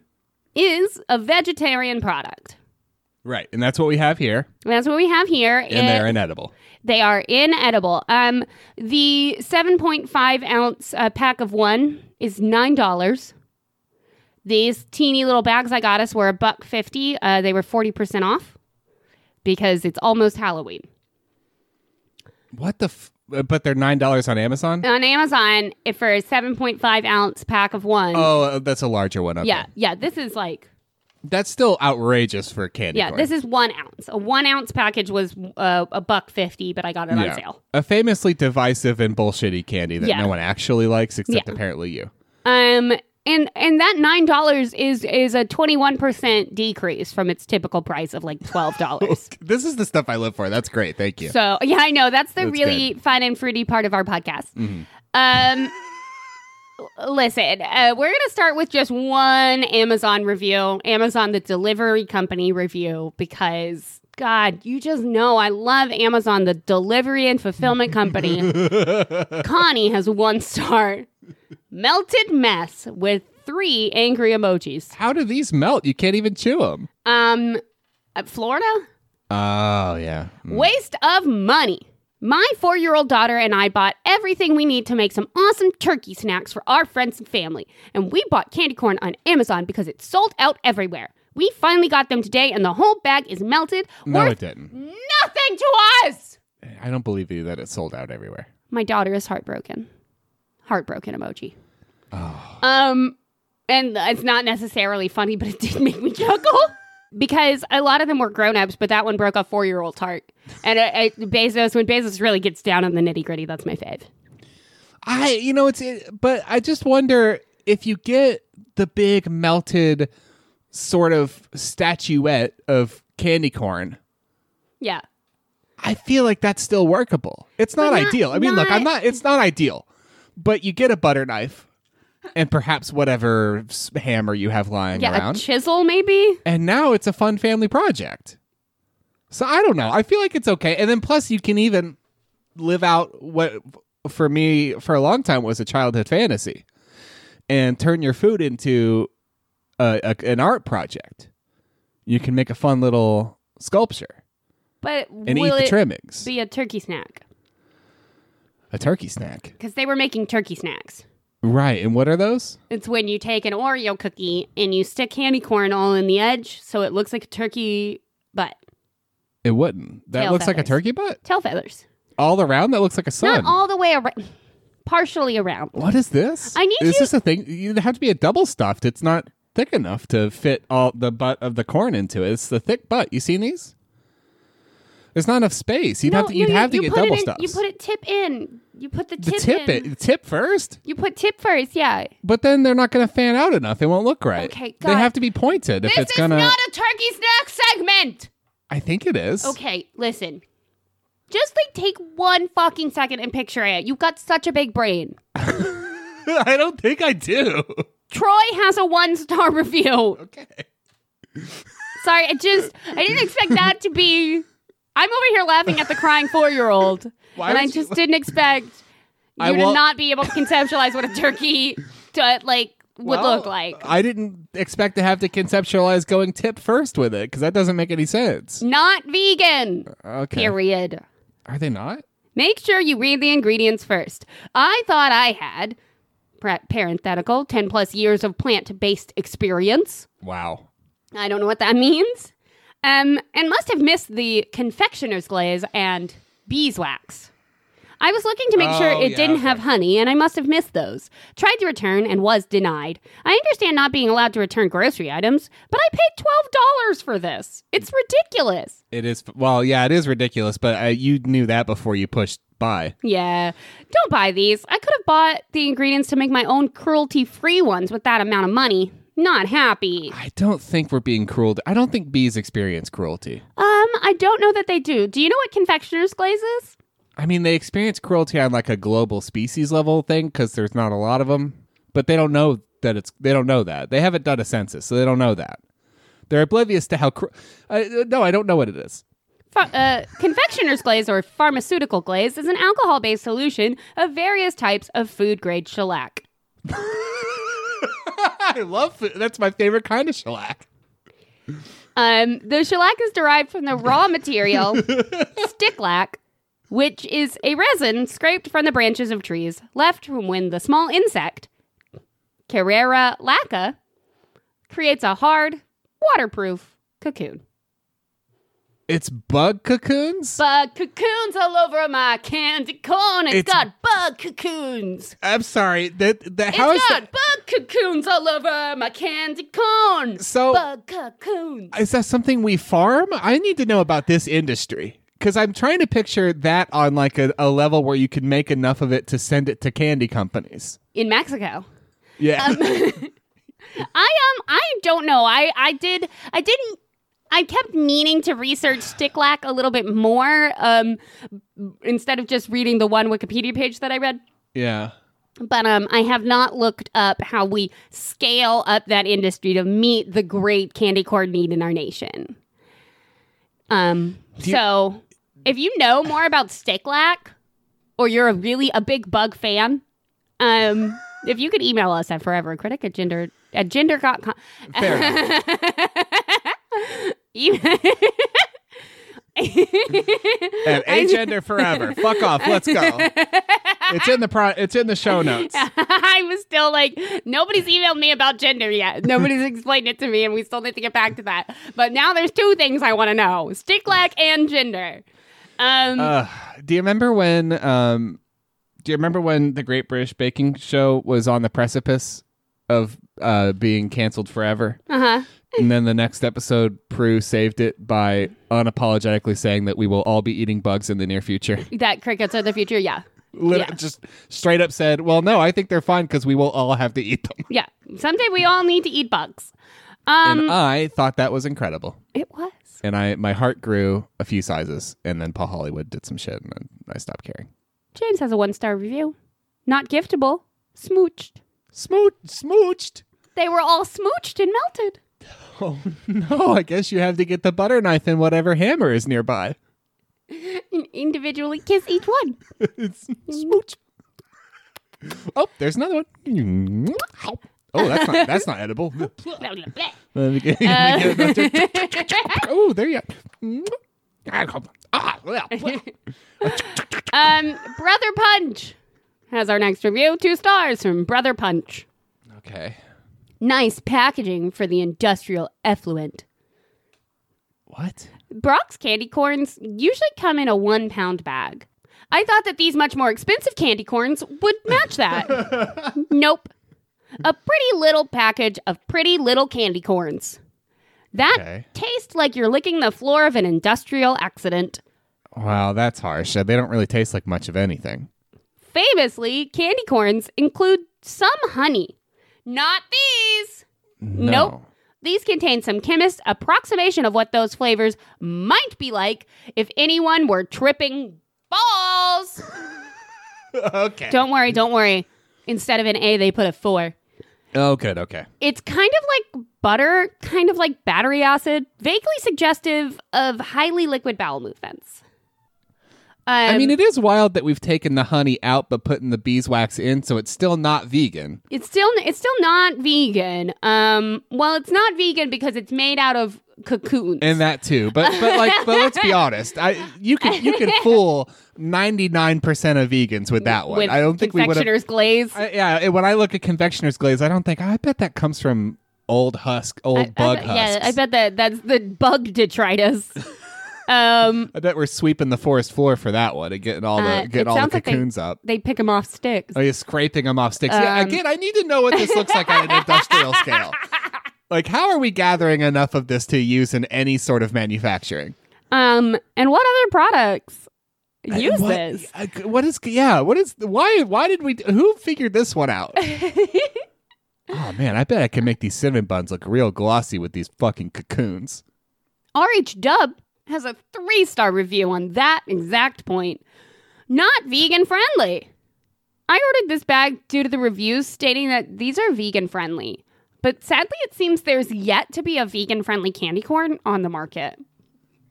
A: is a vegetarian product.
B: Right. And that's what we have here.
A: And That's what we have here.
B: And
A: It-
B: they're inedible.
A: They are inedible. Um, the 7.5 ounce uh, pack of one is nine dollars. These teeny little bags I got us were a buck fifty. Uh, they were forty percent off because it's almost Halloween.
B: What the? F- uh, but they're $9 on Amazon?
A: On Amazon, if for a 7.5 ounce pack of one,
B: Oh, uh, that's a larger one. Okay.
A: yeah, yeah, this is like,
B: That's still outrageous for candy
A: yeah,
B: corn.
A: this is one ounce. A one ounce package was uh, a buck fifty, but I got it on
B: Yeah.
A: sale.
B: A famously divisive and bullshitty candy that
A: Yeah.
B: no one actually likes except
A: Yeah.
B: apparently you.
A: Um, and and that nine dollars is is a twenty one percent decrease from its typical price of like twelve dollars.
B: This is the stuff I live for. That's great. Thank you.
A: So yeah, I know that's the
B: That's
A: really fun and fruity part of our podcast. Um, l- listen, uh, we're gonna start with just one Amazon review, Amazon the delivery company review, because. God, you just know I love Amazon, the delivery and fulfillment company. Connie has one star. Melted mess with three angry emojis.
B: How do these melt? You can't even chew them.
A: Um, uh, Florida?
B: Oh, yeah.
A: Waste of money. My four year old daughter and I bought everything we need to make some awesome turkey snacks for our friends and family. And we bought candy corn on Amazon because it sold out everywhere. We finally got them today, and the whole bag is melted.
B: No,
A: worth
B: it didn't.
A: nothing to us!
B: I don't believe you that it sold out everywhere.
A: My daughter is heartbroken. Heartbroken emoji.
B: Oh.
A: Um, and it's not necessarily funny, but it did make me chuckle because a lot of them were grown-ups, but that one broke a four-year-old's heart. And I, I, Bezos, when Bezos really gets down on the nitty-gritty, that's my fave.
B: I, you know, it's, it, but I just wonder if you get the big melted sort of statuette of candy corn.
A: Yeah,
B: I feel like that's still workable. It's not,
A: not-
B: ideal. I mean, look,
A: not-
B: I'm not. It's not ideal, but you get a butter knife and perhaps whatever s- hammer you have lying
A: yeah,
B: around,
A: a chisel maybe.
B: and now it's a fun family project. So I don't know. I feel like it's okay, and then plus you can even live out what for me for a long time was a childhood fantasy, and turn your food into a, a, an art project. You can make a fun little sculpture
A: But
B: and
A: will
B: eat the
A: it
B: trimmings.
A: be a turkey snack?
B: a turkey snack.
A: Because they were making turkey snacks.
B: Right. And what are those?
A: It's when you take an Oreo cookie and you stick candy corn all in the edge, so it looks like a turkey butt,
B: It wouldn't. That
A: Tail
B: looks like a
A: feathers.
B: turkey butt.
A: tail feathers.
B: All around, that looks like a sun.
A: Not all the way around, partially around.
B: what is this?
A: I need
B: Is
A: you-
B: this a thing? You have to be a double stuffed. It's not thick enough to fit all the butt of the corn into it. It's the thick butt. You seen these? There's not enough space. You'd have to. You'd
A: you-
B: have to
A: you
B: get
A: put it
B: double
A: in-
B: stuffed.
A: You put it tip in. You put the
B: the
A: tip,
B: tip
A: in.
B: it tip first,
A: You put tip first, yeah.
B: but then they're not going to fan out enough. It won't look right.
A: Okay,
B: They
A: God.
B: have to be pointed if
A: This
B: it's
A: is
B: gonna.
A: not a turkey snack segment.
B: I think it is.
A: Okay, listen. Just like take one fucking second and picture it. You've got such a big brain.
B: I don't think I do.
A: Troy has a one star review.
B: Okay.
A: Sorry, I just I didn't expect that to be. I'm over here laughing at the crying four year old,
B: Why
A: and I
B: would you
A: just didn't expect
B: I
A: you to
B: will-
A: not be able to conceptualize what a turkey to, like would
B: Well,
A: look like.
B: I didn't expect to have to conceptualize going tip first with it because that doesn't make any sense.
A: Not vegan.
B: Okay.
A: Period.
B: Are they not?
A: Make sure you read the ingredients first. I thought I had pra- parenthetical 10 plus years of plant-based experience.
B: Wow.
A: I don't know what that means. Um and must have missed the confectioner's glaze and beeswax. I was looking to make sure
B: Oh,
A: it
B: yeah,
A: didn't
B: okay.
A: have honey and I must have missed those. Tried to return and was denied. I understand not being allowed to return grocery items, but I paid $12 for this. It's ridiculous.
B: It is. Well, yeah, it is ridiculous, but uh, you knew that before you pushed buy.
A: Yeah. Don't buy these. I could have bought the ingredients to make my own cruelty free ones with that amount of money. Not happy.
B: I don't think we're being cruel. To, I don't think bees experience cruelty.
A: Um, I don't know that they do. Do you know what confectioner's glaze is?
B: I mean, they experience cruelty on like a global species level thing because there's not a lot of them, but they don't know that it's. They don't know that. They haven't done a census, so they don't know that. They're oblivious to how. Cru- uh, no, I don't know what it is.
A: Fa- uh, confectioner's glaze or pharmaceutical glaze is an alcohol based solution of various types of food grade shellac.
B: I love food. That's my favorite kind of shellac.
A: Um, the shellac is derived from the raw material sticklac, which is a resin scraped from the branches of trees left from when the small insect Carrera laca creates a hard, waterproof cocoon.
B: It's bug cocoons?
A: Bug cocoons all over my candy corn. it's
B: It's-
A: got bug cocoons.
B: I'm sorry. That, that,
A: It's
B: how is
A: got
B: that?
A: bug cocoons all over my candy corn.
B: So-
A: bug cocoons.
B: Is that something we farm? I need to know about this industry. Because I'm trying to picture that on like a, a level where you can make enough of it to send it to candy companies.
A: in Mexico.
B: Yeah.
A: Um, I um I don't know. I I did I didn't I kept meaning to research sticklac a little bit more um instead of just reading the one Wikipedia page that I read.
B: yeah.
A: But um I have not looked up how we scale up that industry to meet the great candy corn need in our nation. Um
B: you-
A: so if you know more about sticklac or you're a really a big bug fan, um if you could email us at forevercritic at gender at gender.com
B: Fair enough. And
A: I-
B: agender forever. Fuck off. Let's go. It's in the pro. It's in the show notes.
A: I was still like, nobody's emailed me about gender yet. Nobody's explained it to me, and we still need to get back to that. But now there's two things I want to know: sticklac and gender. Um,
B: Ugh. Uh, do you remember when? Um, do you remember when the Great British Baking Show was on the precipice of uh, being canceled forever?
A: uh-huh.
B: And then the next episode, Prue saved it by unapologetically saying that we will all be eating bugs in the near future.
A: That crickets are the future. Yeah,
B: Lit-
A: Yeah.
B: Just straight up said, "Well, no, I think they're fine because we will all have to eat them."
A: yeah. Someday we all need to eat bugs. Um,
B: and I thought that was incredible.
A: it was.
B: and I my heart grew a few sizes, and then Paul Hollywood did some shit, and then I stopped caring.
A: James has a one star review. Not giftable. Smooched.
B: Smooch, smooched.
A: They were all smooched and melted.
B: Oh no! I guess you have to get the butter knife and whatever hammer is nearby.
A: And individually kiss each one.
B: it's smooch. Oh, there's another one. Oh, that's not that's not edible.
A: Blah, blah, blah.
B: Let me get- let me get another- oh, there you. Go. Ah, well, well.
A: Um, Brother Punch has our next review. Two stars from Brother Punch.
B: okay.
A: Nice packaging for the industrial effluent.
B: What?
A: Brock's candy corns usually come in a one pound bag. I thought that these much more expensive candy corns would match that. nope. A pretty little package of pretty little candy corns. That
B: Okay.
A: tastes like you're licking the floor of an industrial accident.
B: Wow, that's harsh. They don't really taste like much of anything.
A: Famously, candy corns include some honey. Not these. Nope. These contain some chemist's approximation of what those flavors might be like if anyone were tripping balls.
B: okay.
A: don't worry, don't worry. Instead of an A, they put a four.
B: Oh, good. Okay.
A: It's kind of like butter, kind of like battery acid, vaguely suggestive of highly liquid bowel movements.
B: I
A: Um,
B: mean, it is wild that we've taken the honey out but putting the beeswax in, so it's still not vegan.
A: It's still it's still not vegan. Um, well, it's not vegan because it's made out of cocoons.
B: And that too, but but like, but let's be honest. I you could you could fool ninety nine percent of vegans with that one.
A: with
B: I don't think we would have.
A: confectioner's glaze.
B: I- Yeah, it- when I look at confectioner's glaze, I don't think I bet that comes from old husk, old
A: I- I
B: bug
A: bet-
B: husks.
A: Yeah, I bet that that's the bug detritus. um,
B: I bet we're sweeping the forest floor for that one and getting all the
A: Uh, it
B: getting all the
A: sounds like they-
B: cocoons up.
A: they pick them off sticks.
B: Oh, you're scraping them off sticks. yeah,
A: Um,
B: again, I need to know what this looks like on an industrial scale. Like, how are we gathering enough of this to use in any sort of manufacturing?
A: Um, and what other products use
B: what,
A: this?
B: uh, What is? Yeah, what is? Why? Why did we? Who figured this one out? oh man, I bet I can make these cinnamon buns look real glossy with these fucking cocoons.
A: RH Dub has a three star review on that exact point. Not vegan friendly. I ordered this bag due to the reviews stating that these are vegan friendly, but sadly, it seems there's yet to be a vegan friendly candy corn on the market.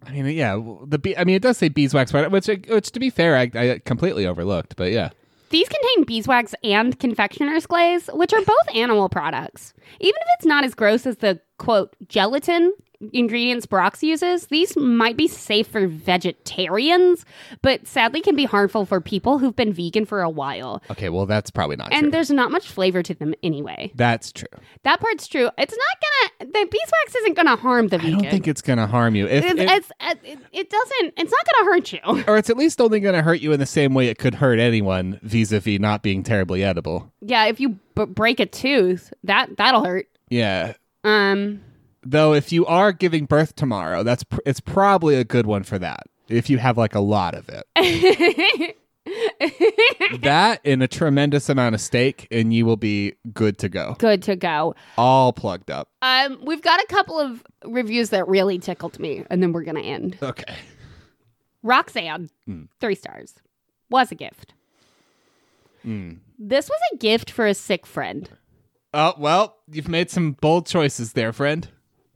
B: I mean, uh, yeah, well, the bee. I mean, it does say beeswax, but- which, which to be fair, I, I completely overlooked. But yeah,
A: These contain beeswax and confectioner's glaze, which are both animal products. Even if it's not as gross as the quote gelatin ingredients Brox uses, these might be safe for vegetarians, but sadly can be harmful for people who've been vegan for a while.
B: Okay, well that's probably not
A: And
B: true.
A: there's not much flavor to them anyway.
B: That's true.
A: That part's true. It's not gonna. The beeswax isn't gonna harm the
B: I
A: vegan.
B: don't think it's gonna harm you. If,
A: it's,
B: if-
A: it's, uh, it, it doesn't. It's not gonna hurt you.
B: or it's at least only going to hurt you in the same way it could hurt anyone vis-a-vis not being terribly edible.
A: yeah, if you b- break a tooth, that that'll hurt.
B: Yeah.
A: Um,
B: Though if you are giving birth tomorrow, that's pr- it's probably a good one for that. If you have like a lot of it. that and a tremendous amount of steak and you will be good to go.
A: good to go.
B: All plugged up.
A: Um, we've got a couple of reviews that really tickled me, and then we're gonna end.
B: Okay.
A: Roxanne,
B: Mm.
A: three stars, was a gift.
B: Mm.
A: This was a gift for a sick friend.
B: Oh, well, you've made some bold choices there, friend.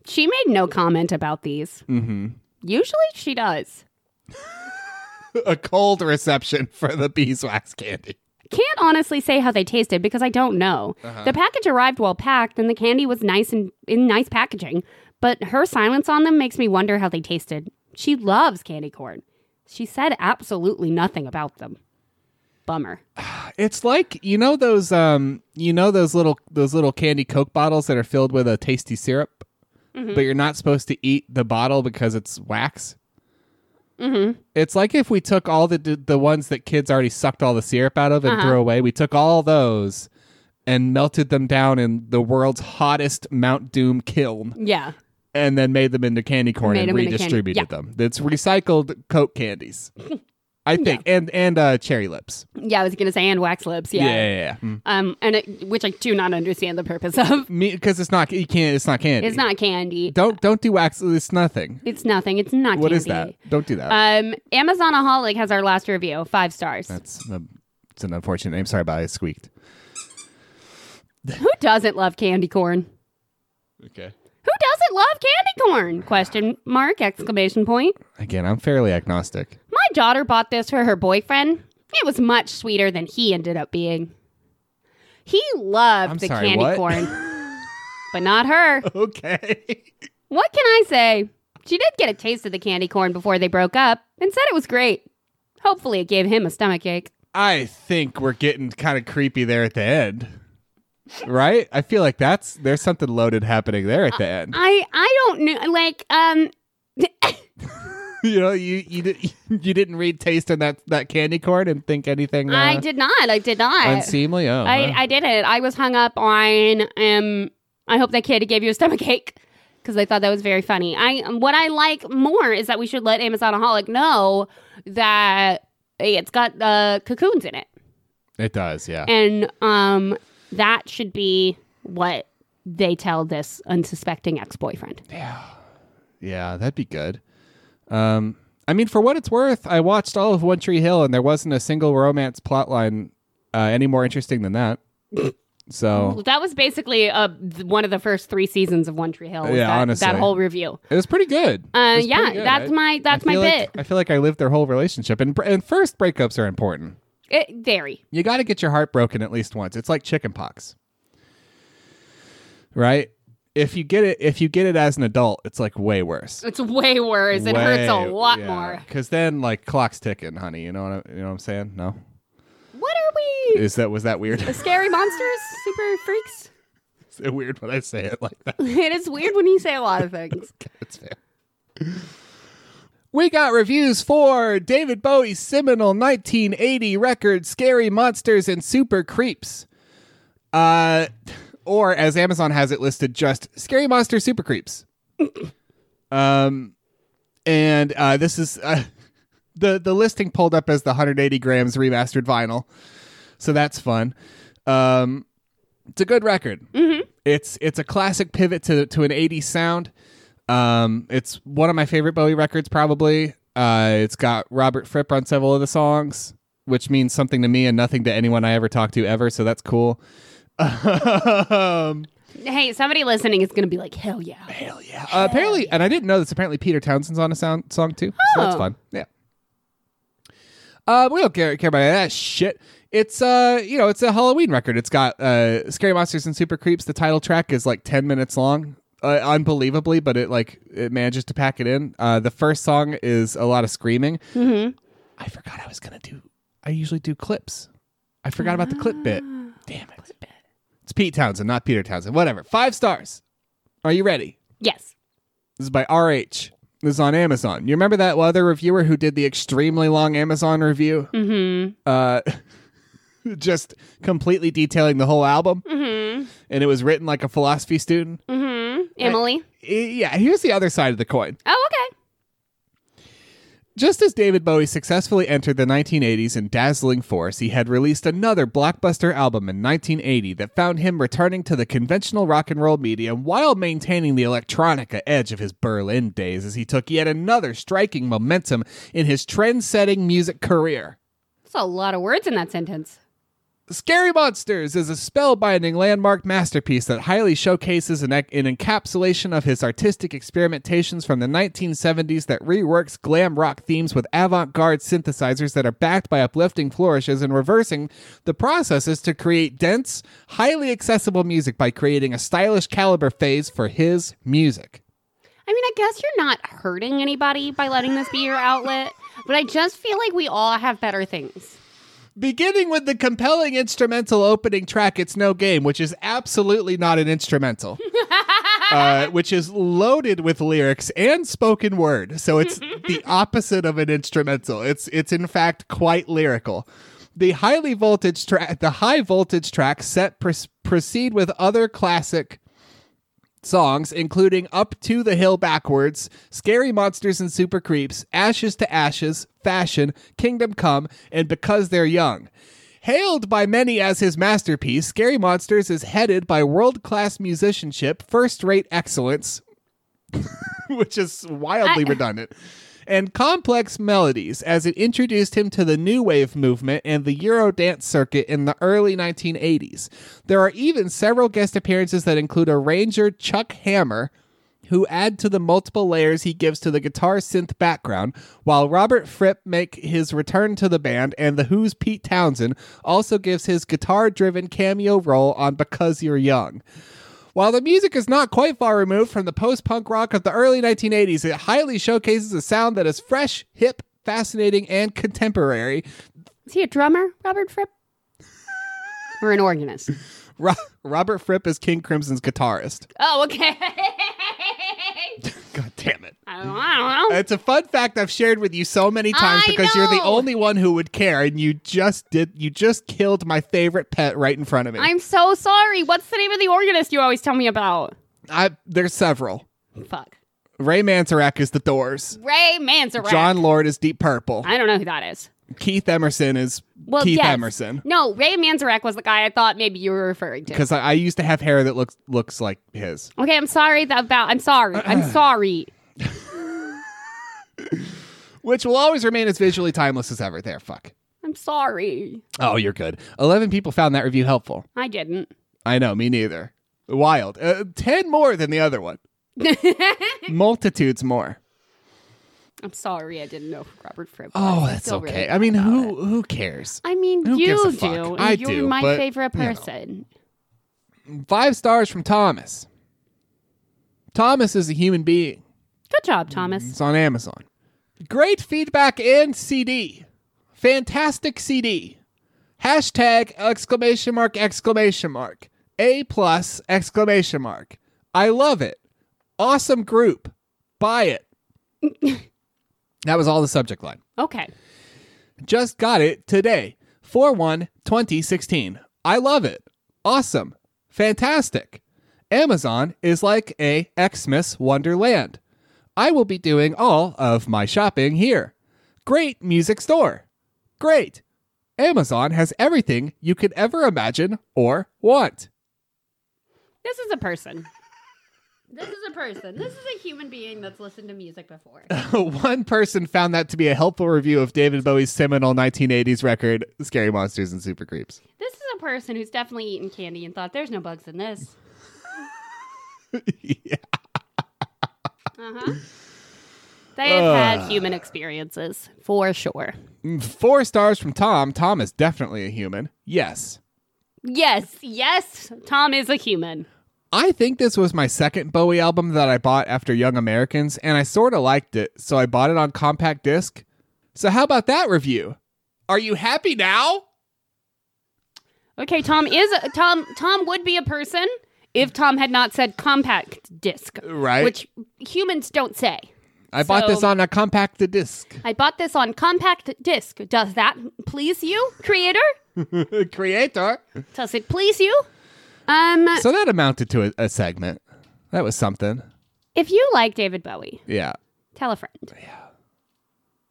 A: She made no comment about these.
B: Mhm.
A: Usually she does.
B: a cold reception for the beeswax candy.
A: Can't honestly say how they tasted because I don't know.
B: Uh-huh.
A: The package arrived well packed and the candy was nice and in nice packaging, but her silence on them makes me wonder how they tasted. She loves candy corn. She said absolutely nothing about them. Bummer.
B: It's like you know those um you know those little those little candy coke bottles that are filled with a tasty syrup,
A: Mm-hmm.
B: but you're not supposed to eat the bottle because it's wax.
A: Mhm.
B: It's like if we took all the the ones that kids already sucked all the syrup out of and
A: Uh-huh.
B: threw away. We took all those and melted them down in the world's hottest Mount Doom kiln,
A: Yeah.
B: and then made them into candy corn
A: Made
B: and
A: them into candy-
B: redistributed
A: yeah.
B: them. That's recycled coke candies, I think, and and uh, cherry lips.
A: Yeah, I was going to say and wax lips. Yeah.
B: Yeah, yeah, yeah. Mm.
A: Um and it, which I do not understand the purpose of.
B: me because it's not you can't it's not candy.
A: It's not candy.
B: Don't don't do wax. It's nothing.
A: It's nothing. It's not
B: What
A: candy.
B: is that? Don't do that.
A: Um, Amazonaholic has our last review, five stars.
B: That's um, it's an unfortunate name. Sorry about it. I squeaked.
A: Who doesn't love candy corn?
B: Okay.
A: Who doesn't love candy corn? Question mark exclamation point.
B: Again, I'm fairly agnostic.
A: My daughter bought this for her boyfriend. It was much sweeter than he ended up being. He loved
B: I'm
A: the
B: sorry,
A: candy
B: what?
A: corn, but not her.
B: Okay.
A: What can I say? She did get a taste of the candy corn before they broke up and said it was great. Hopefully, it gave him a stomachache.
B: I think we're getting kind of creepy there at the end. Right? I feel like that's there's something loaded happening there
A: Uh,
B: at the end.
A: I I don't know. Like um,
B: you know, you you di- you didn't read taste in that that candy corn and think anything uh,
A: I did not. I did not.
B: unseemly. Oh, huh.
A: I, I did it. I was hung up on um I hope that kid gave you a stomach ache because I thought that was very funny. I what I like more is that we should let Amazonaholic know that it's got uh, cocoons in it.
B: it does. Yeah.
A: And um that should be what they tell this unsuspecting ex-boyfriend.
B: Yeah, that'd be good. Um, I mean, for what it's worth, I watched all of One Tree Hill, and there wasn't a single romance plotline uh, any more interesting than that. so
A: That was basically uh, th- one of the first 3 seasons of One Tree Hill. was
B: Yeah,
A: that,
B: honestly.
A: that whole review.
B: it was pretty good. It
A: Uh,
B: was
A: yeah,
B: pretty good.
A: that's
B: I-
A: my that's
B: I
A: my
B: feel
A: bit.
B: Like, I feel like I lived their whole relationship, and br- and first breakups are important.
A: it very.
B: You got to get your heart broken at least once. It's like chicken pox, right? If you get it, if you get it as an adult, it's like way worse.
A: It's way worse. It hurts a lot more.
B: Because then, like, clock's ticking, honey. You know what I, you know what I'm saying? No.
A: What are we?
B: Is that was that weird? Is
A: Scary monsters? Super freaks?
B: it weird when I say it like that?
A: It is weird when you say a lot of things.
B: It's fair. We got reviews for David Bowie's seminal 1980 record "Scary Monsters and Super Creeps," uh, or as Amazon has it listed, just "Scary Monster Super Creeps." um, and uh, this is uh, the the listing pulled up as the 180 grams remastered vinyl, so that's fun. Um, it's a good record. It's it's a classic pivot to to an 80s sound. Um, it's one of my favorite Bowie records, probably. Uh, it's got Robert Fripp on several of the songs, which means something to me and nothing to anyone I ever talked to ever. So that's cool. um,
A: Hey, somebody listening is going to be like, hell yeah.
B: hell yeah! Uh, apparently, Oh. and I didn't know this. Apparently, Peter Townsend's on a sound song too. So that's
A: Oh.
B: fun. Yeah. Uh, we don't care, care about any of that shit. It's uh, you know, it's a Halloween record. It's got uh, Scary Monsters and Super Creeps. The title track is like ten minutes long, uh, unbelievably, but it like it manages to pack it in. Uh, the first song is a lot of screaming.
A: Mm-hmm.
B: I forgot I was gonna do. I usually do clips. I forgot about the clip bit. Damn it! It's Pete Townsend, not Peter Townsend. Whatever. Five stars. Are you ready?
A: Yes.
B: This is by RH. This is on Amazon. You remember that other reviewer who did the extremely long Amazon review?
A: Mm-hmm.
B: Uh, just completely detailing the whole album,
A: Mm-hmm.
B: and it was written like a philosophy student.
A: Mm-hmm. Emily.
B: Eh, Yeah, here's the other side of the coin.
A: Oh, okay.
B: Just as David Bowie successfully entered the 1980s in dazzling force, he had released another blockbuster album in 1980 that found him returning to the conventional rock and roll medium while maintaining the electronica edge of his Berlin days as he took yet another striking momentum in his trend setting music career.
A: That's a lot of words in that sentence.
B: Scary Monsters is a spellbinding landmark masterpiece that highly showcases an, ec- an encapsulation of his artistic experimentations from the 1970s that reworks glam rock themes with avant garde synthesizers that are backed by uplifting flourishes and reversing the processes to create dense, highly accessible music by creating a stylish caliber phase for his music.
A: I mean, I guess you're not hurting anybody by letting this be your outlet, but I just feel like we all have better things.
B: Beginning with the compelling instrumental opening track, It's No Game, which is absolutely not an instrumental, uh, which is loaded with lyrics and spoken word. So it's the opposite of an instrumental. It's, it's in fact quite lyrical. The highly voltage track, the high voltage track set pre- proceed with other classic songs, including Up to the Hill Backwards, Scary Monsters and Super Creeps, Ashes to Ashes, Fashion, Kingdom Come, and Because They're Young. Hailed by many as his masterpiece, Scary Monsters is headed by world class musicianship, first rate excellence, which is wildly
A: I-
B: redundant, and complex melodies as it introduced him to the new wave movement and the Eurodance circuit in the early 1980s. There are even several guest appearances that include arranger Chuck Hammer, who add to the multiple layers he gives to the guitar synth background, while Robert Fripp make his return to the band and the Who's Pete Townsend also gives his guitar-driven cameo role on Because You're Young. While the music is not quite far removed from the post punk rock of the early 1980s, it highly showcases a sound that is fresh, hip, fascinating, and contemporary.
A: Is he a drummer, Robert Fripp? or an organist?
B: Ro- Robert Fripp is King Crimson's guitarist.
A: Oh, okay.
B: God damn it.
A: I don't, I don't know.
B: Uh, It's a fun fact I've shared with you so many times
A: I
B: because you're the
A: know.
B: only one who would care, and you just did. You just killed my favorite pet right in front of me.
A: I'm so sorry. What's the name of the organist you always tell me about?
B: I- there's several.
A: Fuck.
B: Ray Manzarek is The Doors.
A: Ray Manzarek.
B: John Lord is Deep Purple.
A: I don't know who that is.
B: Keith Emerson is
A: Well,
B: Keith
A: yes.
B: Emerson.
A: No, Ray Manzarek was the guy I thought maybe you were referring to.
B: because I, I used to have hair that looks looks like his.
A: Okay, I'm sorry that about. I'm sorry. I'm sorry.
B: which will always remain as visually timeless as ever. There, fuck.
A: I'm sorry.
B: Oh, you're good. 11 people found that review helpful.
A: I didn't.
B: I know, me neither. Wild. Uh, 10 more than the other one. Multitudes more.
A: I'm sorry. I didn't know who Robert Fripp. was.
B: Oh,
A: I
B: that's
A: feel really
B: okay.
A: bad
B: I mean,
A: about it.
B: who who cares?
A: I mean,
B: who gives a
A: you
B: fuck?
A: do. and
B: I
A: you're
B: do,
A: my
B: but,
A: favorite
B: you know.
A: person.
B: Five stars from Thomas. Thomas is a human being.
A: Good job, Thomas.
B: It's on Amazon. Great feedback and CD. Fantastic CD. Hashtag exclamation mark exclamation mark. A plus exclamation mark. I love it. Awesome group. Buy it. that was all the subject line.
A: Okay.
B: Just got it today. 4 1 2016. I love it. Awesome. Fantastic. Amazon is like a Xmas Wonderland. I will be doing all of my shopping here. Great music store. Great. Amazon has everything you could ever imagine or want.
A: This is a person. This is a person. This is a human being that's listened to music before.
B: One person found that to be a helpful review of David Bowie's seminal 1980s record, Scary Monsters and Super Creeps.
A: This is a person who's definitely eaten candy and thought, there's no bugs in this.
B: yeah.
A: Uh huh. Uh-huh. They have had human experiences for sure.
B: Four stars from Tom. Tom is definitely a human. Yes.
A: Yes, yes, Tom is a human.
B: I think this was my second Bowie album that I bought after Young Americans, and I sort of liked it, so I bought it on compact disc. So, how about that review? Are you happy now?
A: Okay, Tom is a, Tom. Tom would be a person if Tom had not said compact disc,
B: Right.
A: which humans don't say.
B: I bought this
A: So-
B: on a compact disc.
A: I bought this on compact disc. Does that please you, creator?
B: Creator.
A: Does it please you? Um,
B: So, that amounted to a, a segment. That was something.
A: if you like David Bowie,
B: Yeah.
A: tell a friend.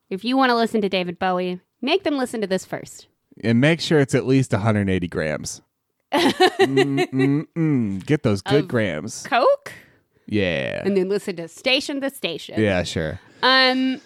A: If you want to listen to David Bowie, make them listen to this first.
B: And make sure it's at least 180 grams. mm, mm, mm. Get those good grams.
A: Coke,
B: Yeah.
A: and then listen to Station to Station.
B: Yeah, sure.
A: Um,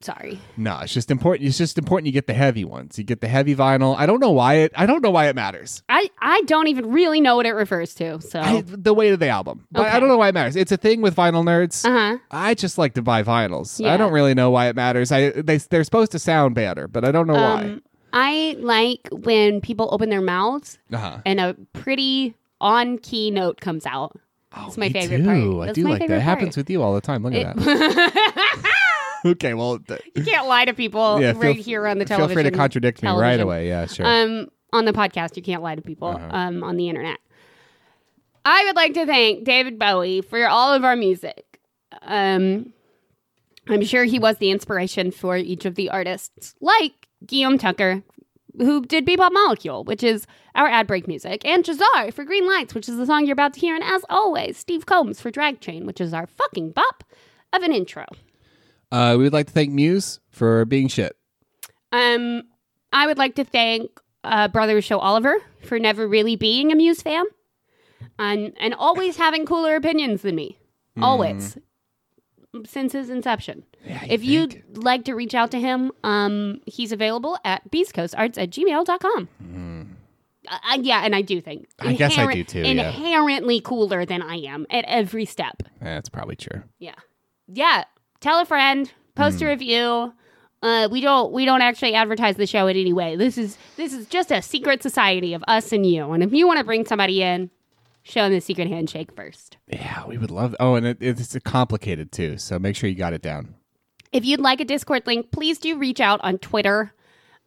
A: sorry.
B: No, it's just important. It's just important you get the heavy ones. You get the heavy vinyl. I don't know why it. I don't know why it matters.
A: I, I don't even really know what it refers to. So,
B: I,
A: uh
B: the weight of the album, but I
A: Okay.
B: don't know why it matters. It's a thing with vinyl nerds.
A: huh.
B: I just like to buy vinyls. I
A: Yeah.
B: don't really know why it matters. I they they're supposed to sound better, but I don't know
A: Um, I like when people open their mouths
B: why. Uh-huh.
A: and a pretty on key note comes out.
B: Oh,
A: it's my
B: me
A: favorite part.
B: too. I
A: That's
B: do
A: my
B: like that.
A: favorite
B: It happens
A: part.
B: with you all the time. Look at that. Okay, well, th-
A: you can't lie to people
B: Yeah, feel-
A: right here on the
B: feel
A: television.
B: free to contradict me right
A: television.
B: away. Yeah, sure.
A: Um, on the podcast, you can't lie to people um, on the internet. I would like to thank David Bowie for all of our music. Um, I'm sure he was the inspiration for each of the artists, like Guillaume Tucker, who did Bebop Molecule, which is our ad break music, and Jazar for Green Lights, which is the song you're about to hear, and as always, Steve Combs for Drag Train, which is our fucking bop of an intro.
B: uh, we would like to thank Muse for being shit.
A: Um, I would like to thank uh, Brother Show Oliver for never really being a Muse fan, and and always having cooler opinions than me,
B: Mm-hmm.
A: always since his inception. if you'd like to reach out to him, um, he's available at beastcoastarts at gmail.com. Uh, uh, yeah, and I do think
B: Mm-hmm. I guess I do too, yeah.
A: Inherently cooler than I am at every step.
B: That's probably true.
A: Yeah. Yeah. Tell a friend, post a review. Uh, we don't we don't actually advertise the show in any way. This is this is just a secret society of us and you. And if you want to bring somebody in, show them the secret handshake first.
B: Yeah, we would love. Oh, and it, it's complicated too, so make sure you got it down.
A: If you'd like a Discord link, please do reach out on Twitter.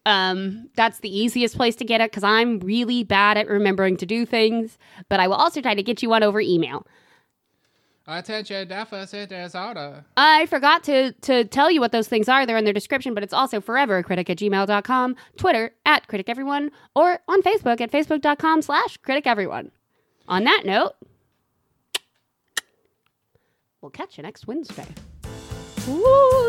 A: Um, that's the easiest place to get it because I'm really bad at remembering to do things. But I will also try to get you one over email.
B: Attention, deficit disorder.
A: I forgot to to tell you what those things are. They're in their description, but it's also forever critic at gmail.com, Twitter at critic everyone, or on Facebook at facebook.com slash critic everyone. On that note, we'll catch you next Wednesday. Woo!